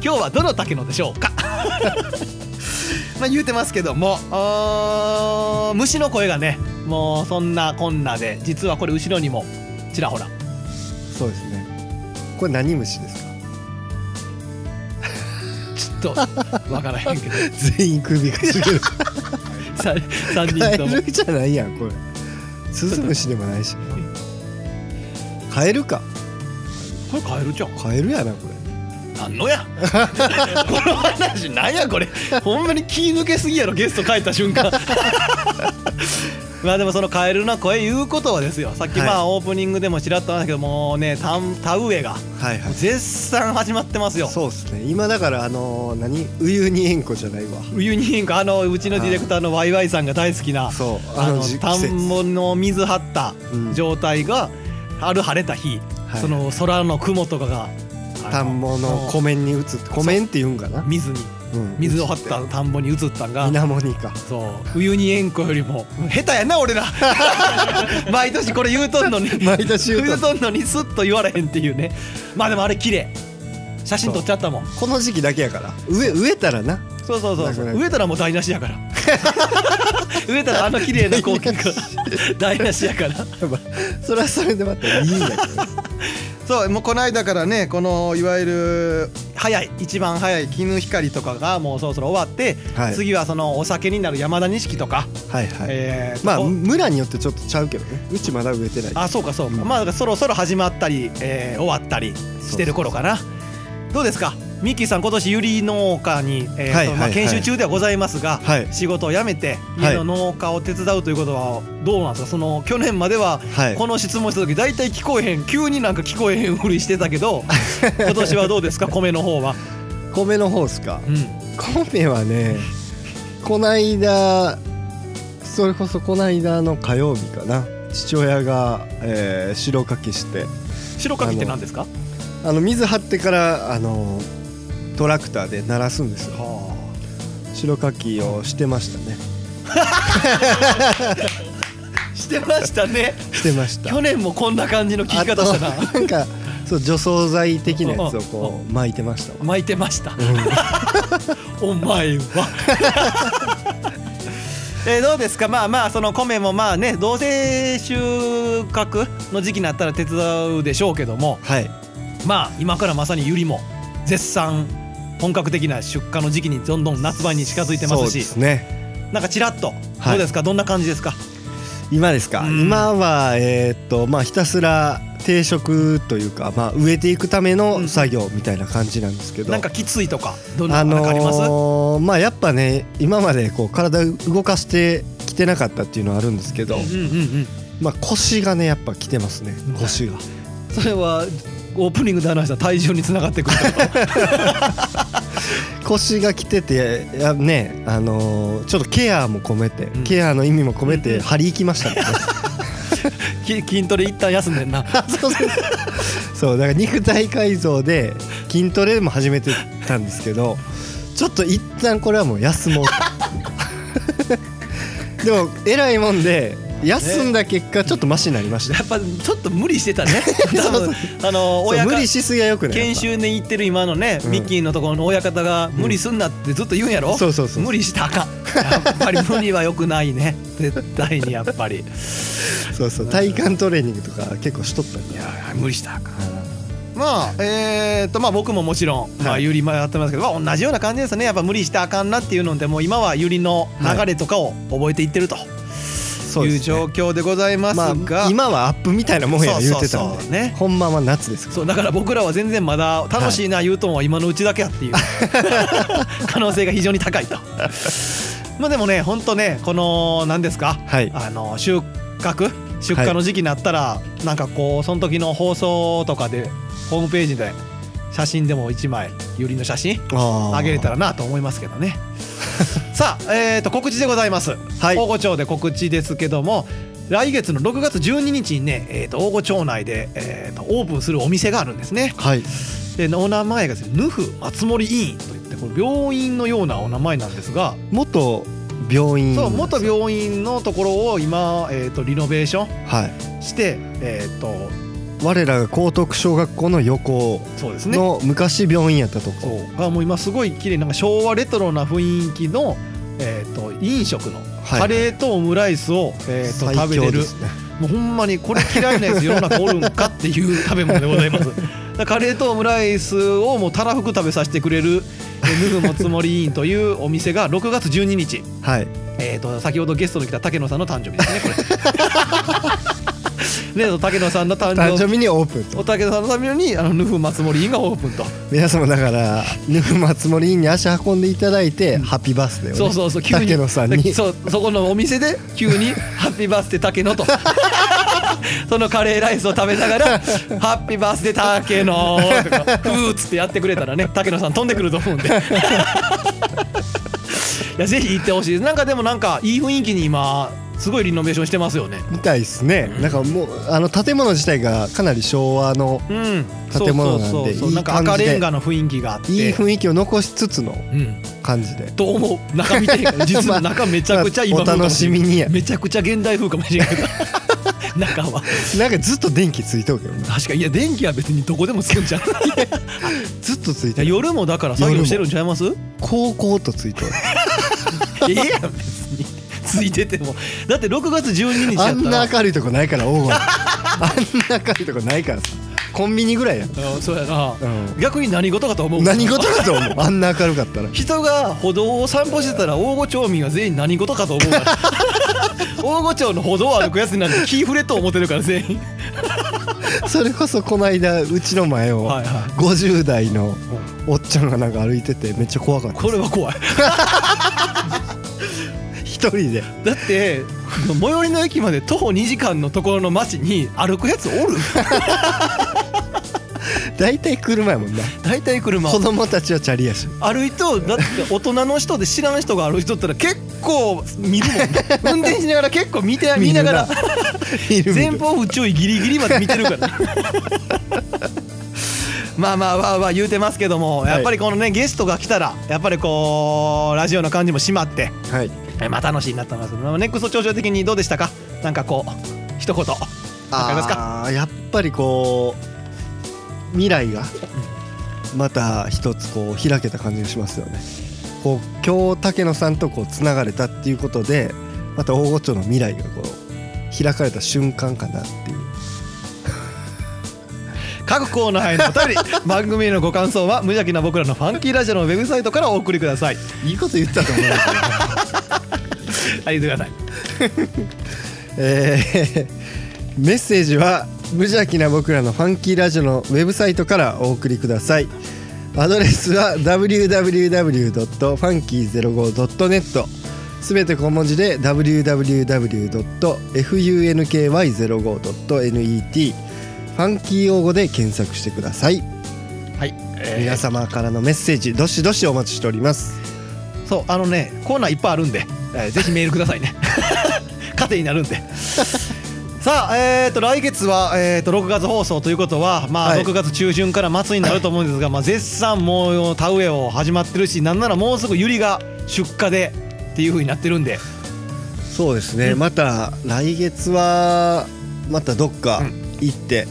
Speaker 3: 今日はどの竹野でしょうか [laughs] まあ言うてますけどもあー虫の声がねもうそんなこんなで実はこれ後ろにもちらほら
Speaker 2: そうですねこれ何虫ですか
Speaker 3: ちょっとわからへんけど
Speaker 2: 全員首がちぎる
Speaker 3: さ三人
Speaker 2: カエ
Speaker 3: とも
Speaker 2: ルじゃないやんこれスズムシでもな
Speaker 3: [laughs]
Speaker 2: いしカエルか
Speaker 3: これカエルじゃん
Speaker 2: カエルやなこれ
Speaker 3: なんのや [laughs] この話なんやこれほんまに気抜けすぎやろゲスト帰った瞬
Speaker 2: [laughs]
Speaker 3: 間まあでもそのカエルの声言うことはですよさっき
Speaker 2: はい
Speaker 3: まあオープニングでもちらっと話したけどもうね田田植えが
Speaker 2: はいは
Speaker 3: 絶賛始まってますよ
Speaker 2: そうですね今だからあのー何ウユニ塩湖じゃないわ
Speaker 3: ユニークあのうちのディレクターのワイワイさんが大好きな
Speaker 2: そう
Speaker 3: あ
Speaker 2: あの
Speaker 3: の
Speaker 2: 時
Speaker 3: 田んぼの水張った
Speaker 2: うん
Speaker 3: 状態がある晴れた日、
Speaker 2: はい
Speaker 3: その空の雲とかがあの
Speaker 2: 田んぼの湖面に移って湖面って言うんかな
Speaker 3: 水に
Speaker 2: うん
Speaker 3: 水を張った田んぼに移ったんが
Speaker 2: 水面にか
Speaker 3: そうウユニ塩湖よりも下手やな [laughs] 俺ら毎年これ言うとんのに
Speaker 2: 毎年言
Speaker 3: 言
Speaker 2: うとん
Speaker 3: うとんのにスッと言われへんっていうねまあでもあれ綺麗写真撮っちゃったもん
Speaker 2: この時期だけやから植え植えたらな
Speaker 3: そうそうそうそう
Speaker 2: なくなる
Speaker 3: 植えたらもう台無しや [laughs] から植えたらあの綺麗な光景が台無しやから
Speaker 2: [laughs] それはそれでまたいいんだけどね
Speaker 3: そうもうこの間からねこのいわゆる早い一番早い絹光とかがもうそろそろ終わって、
Speaker 2: はい
Speaker 3: 次はそのお酒になる山田錦とか、
Speaker 2: はいはい
Speaker 3: えー
Speaker 2: まあ
Speaker 3: と
Speaker 2: 村によってちょっとちゃうけどねうちまだ植えてない
Speaker 3: あそうかそうか、
Speaker 2: うん
Speaker 3: まあだからそろそろ始まったり、えー終わったりしてる頃かなどうですかミッキーさん今年ゆり農家に、えーと
Speaker 2: はいはい
Speaker 3: まあ、
Speaker 2: はい
Speaker 3: 研修中ではございますが、
Speaker 2: はい
Speaker 3: 仕事を辞めて
Speaker 2: はい
Speaker 3: 家の農家を手伝うということはどうなんですかその去年までは
Speaker 2: はい
Speaker 3: この質問した時大体聞こえへん急になんか聞こえへんふりしてたけ
Speaker 2: [laughs]
Speaker 3: ど今年はどうですか米の方は、
Speaker 2: 米の方っすか
Speaker 3: うん、
Speaker 2: 米はねこないだそれこそこないだの火曜日かな父親が、えー白かきして
Speaker 3: 白柿って何ですか
Speaker 2: あの水張ってからあのトラクターで鳴らすんですよ
Speaker 3: は
Speaker 2: 白かきをしてましたね
Speaker 3: あしてましたね
Speaker 2: してまし
Speaker 3: [laughs]
Speaker 2: た
Speaker 3: 去年もこんな感じの聞き方した
Speaker 2: あ
Speaker 3: な
Speaker 2: となんかそう除草剤的なやつをこう巻いてましたわ
Speaker 3: 巻いてました
Speaker 2: うん
Speaker 3: [laughs] お前はえーどうですかまあまあその米もまあねどうせ収穫の時期になったら手伝うでしょうけども
Speaker 2: はい
Speaker 3: まあ今からまさにユリも絶賛本格的な出荷の時期にどんどん夏場に近づいてま
Speaker 2: そう
Speaker 3: す
Speaker 2: で
Speaker 3: し
Speaker 2: すね
Speaker 3: なんかちらっと
Speaker 2: はい
Speaker 3: どうですか、どんな感じですか
Speaker 2: 今ですか
Speaker 3: うん
Speaker 2: 今はえーっとまあひたすら定食というか、まあ、植えていくための作業みたいな感じなんですけど、
Speaker 3: なんかきついとかどんな
Speaker 2: あ
Speaker 3: のかあります、
Speaker 2: のーまあやっぱね今までこう体動かしてきてなかったっていうのはあるんですけど、
Speaker 3: うんうんうん
Speaker 2: まあ腰がねやっぱきてますね腰が
Speaker 3: それはオープニングで話した体重につながってくるってこ
Speaker 2: 腰がきてていやねあのーちょっとケアも込めて、
Speaker 3: うん
Speaker 2: ケアの意味も込め
Speaker 3: うんう
Speaker 2: て
Speaker 3: ん
Speaker 2: 張り行きました
Speaker 3: [laughs]
Speaker 2: ね
Speaker 3: と [laughs] き筋トレ一旦休んでんな
Speaker 2: そうそうそうだから肉体改造で筋トレも始めてたんですけどちょっと一旦これはもう休もう
Speaker 3: [laughs]
Speaker 2: とでも偉いもんで休んだ結果ちょっとマシになりました
Speaker 3: やっぱちょっと無理してた
Speaker 2: [laughs]
Speaker 3: ね多
Speaker 2: そうそ
Speaker 3: 分
Speaker 2: う
Speaker 3: あの
Speaker 2: そう
Speaker 3: 親
Speaker 2: 無
Speaker 3: 方
Speaker 2: 理しすぎはよくない
Speaker 3: 研修に行ってる今のね、
Speaker 2: うん
Speaker 3: ミッキーのところの親方が無理すんなってずっと言うんやろ、
Speaker 2: そうそうそう
Speaker 3: 無理したらあかんやっぱり無理は良くないね [laughs] 絶対にやっぱりい
Speaker 2: そうそう体幹トレーニングとか結構しとったんで
Speaker 3: や無理したらあかんまあえー、とまあ僕ももちろん、まあ、
Speaker 2: はい
Speaker 3: ゆりもやってますけど、まあ、同じような感じですねやっぱ無理してあかんなっていうのでもう今はゆりの流れとかを覚えていってると
Speaker 2: そう
Speaker 3: い
Speaker 2: で
Speaker 3: う
Speaker 2: すね
Speaker 3: 状況でございますが、
Speaker 2: まあ、今はアップみたいなもんや言うてた
Speaker 3: そ
Speaker 2: ん
Speaker 3: うそう
Speaker 2: で
Speaker 3: そうね
Speaker 2: 本番は夏ですか
Speaker 3: そうだから僕らは全然まだ楽しいな言うとんは今のうちだけやっていう [laughs] 可能性が非常に高いと [laughs] まあでもねほんとねこの何ですか、
Speaker 2: はい
Speaker 3: あの収穫出荷の時期になったら、なんかこうその時の放送とかでホームページで写真でも1枚ユリの写真
Speaker 2: あ
Speaker 3: あげれた
Speaker 2: ら
Speaker 3: らなと思いますけどねさあ、えー、と告知でございます、
Speaker 2: はい
Speaker 3: 大御町で告知ですけども来月の6月12日にね、えー、と大御町内で、えー、とオープンするお店があるんですね
Speaker 2: はい
Speaker 3: でお名前がですねヌフ松森医院といってこれ病院のようなお名前なんですが
Speaker 2: 元病院
Speaker 3: そう元病院のところを今、えー、とリノベーショ
Speaker 2: はい
Speaker 3: ンしてえっ、と
Speaker 2: 我らが高徳小学校の横
Speaker 3: そうですね
Speaker 2: の昔病院やったとこ、
Speaker 3: そうあもう今すごい綺麗なんか昭和レトロな雰囲気の、えー、と飲食の
Speaker 2: はい
Speaker 3: カレーとオムライスを、えー、と
Speaker 2: 最
Speaker 3: 食べ
Speaker 2: 強
Speaker 3: れ
Speaker 2: で
Speaker 3: る
Speaker 2: すね
Speaker 3: もうほんまにこれ嫌いなやつ世の中おるんかっていう食べ物でございます
Speaker 2: [laughs]
Speaker 3: だからカレーとオムライスをもうたらふく食べさせてくれるえーヌフもつもり委員というお店が6月12日、
Speaker 2: はい
Speaker 3: えー、と先ほどゲストに来た竹野さんの誕生日ですねこ
Speaker 2: [laughs]
Speaker 3: れね竹野さんの誕
Speaker 2: 誕
Speaker 3: 生
Speaker 2: 生
Speaker 3: 日
Speaker 2: 日にオープンと
Speaker 3: お竹野さんのためにあのヌフ松森委員がオープンと
Speaker 2: 皆様だからヌフ松森に足運んでいただいて、ハッピーバースデーを、ね、
Speaker 3: そうそうそう急に
Speaker 2: 竹野さんに
Speaker 3: そうそこのお店で急に [laughs] 「ハッピーバースデー竹野」と [laughs] そのカレーライスを食べなが
Speaker 2: [laughs]
Speaker 3: ら「ハッピーバースデー竹野」とか「ふー」っつってやってくれたらね竹野さん飛んでくると思うんで [laughs] いやぜひ行ってほしいですなんかでもなんかいい雰囲気に今すごいリノベーションしてますよね
Speaker 2: みたいですねなんかもうあの建物自体がかなり昭和の
Speaker 3: うん
Speaker 2: 建物なんで
Speaker 3: そうそうそう
Speaker 2: いい感じで
Speaker 3: なんか赤レンガの雰囲気があって
Speaker 2: いい雰囲気を残しつつの
Speaker 3: うん
Speaker 2: 感じで
Speaker 3: と思う中見てへん
Speaker 2: [laughs]
Speaker 3: から実は中めちゃくちゃ今
Speaker 2: まあ
Speaker 3: 風
Speaker 2: お
Speaker 3: かも
Speaker 2: 楽
Speaker 3: し
Speaker 2: し
Speaker 3: れん
Speaker 2: みにや
Speaker 3: めちゃくちゃ現代風かもしれないけど中は
Speaker 2: なんかずっと電気ついとるけどね
Speaker 3: 確かにいや電気は別にどこでもつく
Speaker 2: [laughs]
Speaker 3: んじゃんい
Speaker 2: ずっとついて
Speaker 3: や
Speaker 2: る
Speaker 3: 夜もだから作業してるんちゃいます
Speaker 2: 高校とついとる
Speaker 3: いやいや別についててもだって6月12日
Speaker 2: [laughs] あ
Speaker 3: やっ
Speaker 2: ん
Speaker 3: たら
Speaker 2: な明るいとこないから黄 [laughs] 金あんな明るいとこないからさコンビニぐらいやん、
Speaker 3: うんそうやな
Speaker 2: う、
Speaker 3: 逆に何事かと思うん
Speaker 2: 何事かと [laughs] 思うあんな明るかったら
Speaker 3: 人が歩道を散歩してたら大御町民は全員何事かと思うから
Speaker 2: [laughs]
Speaker 3: 大御町の歩道を歩くやつになんて気触れと思ってるから全員
Speaker 2: それこそこの間うちの前を
Speaker 3: はいは
Speaker 2: 50代のおっちゃんがなんか歩いててめっちゃ怖かった
Speaker 3: これは怖い
Speaker 2: 一人で
Speaker 3: だって最寄りの駅まで徒歩2時間のところの町に歩くやつ
Speaker 2: [laughs]
Speaker 3: おる
Speaker 2: 大体車やもんな
Speaker 3: 大体車
Speaker 2: 子供たちはチャリやし
Speaker 3: 歩いとだって大人の人で知らん人が歩いとったら結構見るもん
Speaker 2: [laughs]
Speaker 3: ね運転しながら結構見て見ながら
Speaker 2: いる見
Speaker 3: 前
Speaker 2: る
Speaker 3: 方不注意ギリギリまで見てる
Speaker 2: [laughs]
Speaker 3: からまあまあまあまあ言うてますけどもやっぱりこのねゲストが来たらやっぱりこうラジオの感じも締まって
Speaker 2: はい
Speaker 3: えまあ楽しいなと思いますまあネクスト頂上的にどうでしたかなんかこう一言わかります
Speaker 2: あーやっぱりこう未来がまた一つこう開けた感じがしますよねこう今日竹野さんとこうつながれたっていうことでまた大御町の未来がこう開かれた瞬間かなっていう
Speaker 3: 各コーナーへのお便 [laughs] り番組へのご感想は無邪気な僕らのファンキーラジオのウェブサイトからお送りください
Speaker 2: いいこと言ったと思うんですけど
Speaker 3: ありがとうござい
Speaker 2: えー [laughs] メッセージは無邪気な僕らのファンキーラジオのウェブサイトからお送りくださいアドレスは www.funky05.net すべて小文字で www.funky05.net ファンキー用語で検索してください
Speaker 3: はい、えー
Speaker 2: 皆様からのメッセージどしどしお待ちしております
Speaker 3: そうあのねコーナーいっぱいあるんで、 [laughs] えーぜひメールくださいね糧になるんでさあえー、と来月は、えー、と6月放送ということは、まあ
Speaker 2: はい
Speaker 3: 6月中旬から末になると思うんですが、まあ、絶賛もう田植えを始まってるしなんならもうすぐユリが出荷でっていう風になってるんで
Speaker 2: そうですね、また来月はまたどっか
Speaker 3: う
Speaker 2: 行って、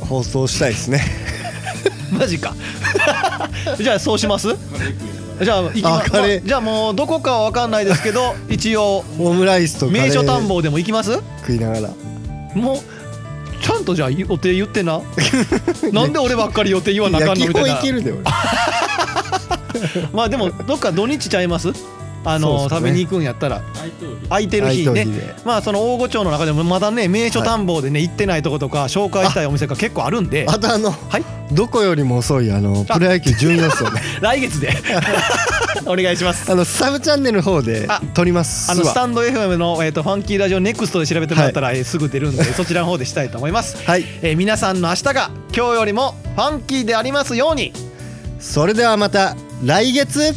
Speaker 2: 放送したいですね [laughs]
Speaker 3: マジか [laughs] じゃあそうしますじゃあ行きま
Speaker 2: あカレー
Speaker 3: じゃあもうどこかは分かんないですけ
Speaker 2: [laughs]
Speaker 3: ど一応
Speaker 2: オムライスとカレ
Speaker 3: 名所探
Speaker 2: ー
Speaker 3: 訪でも行きます
Speaker 2: 食いながら
Speaker 3: もうちゃんとじゃあ予定言って
Speaker 2: [laughs]
Speaker 3: ななんで俺ばっかり予定言わなあかんの
Speaker 2: 焼
Speaker 3: み
Speaker 2: き
Speaker 3: た
Speaker 2: 方
Speaker 3: い
Speaker 2: いけ
Speaker 3: な
Speaker 2: るで俺
Speaker 3: まあでもどっか土日ちゃいますあの、
Speaker 2: そうっすね
Speaker 3: 食べに行くんやったら
Speaker 6: 愛闘技
Speaker 3: 空いてる日
Speaker 2: 愛
Speaker 3: ね
Speaker 2: 登記で
Speaker 3: まあその大御町の中でもまだね名所探訪でね行ってないとことか紹介したいお店が結構あるんで
Speaker 2: あとあの、
Speaker 3: はい
Speaker 2: どこよりも遅いあの
Speaker 3: あ
Speaker 2: プロ野球順位予想
Speaker 3: [laughs]
Speaker 2: ね
Speaker 3: 来月
Speaker 2: [laughs]
Speaker 3: でお願いします
Speaker 2: あのサブチャンネルの方で
Speaker 3: あ
Speaker 2: 撮ります
Speaker 3: あの
Speaker 2: わ
Speaker 3: スタンド FM の、えー、とファンキーラジオネクストで調べてもらったら、えーすぐ出るんでそちらの方でしたいと思います、
Speaker 2: はい
Speaker 3: えー皆さんの明日が今日よりもファンキーでありますように
Speaker 2: それではまた来月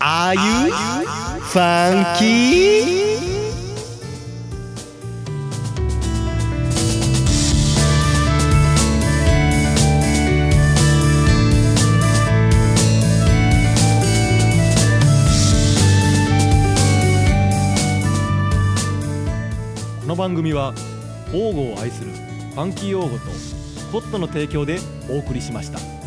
Speaker 3: ああいう
Speaker 2: ファンキー
Speaker 3: 番組は王語を愛するファンキー王語とポットの提供でお送りしました。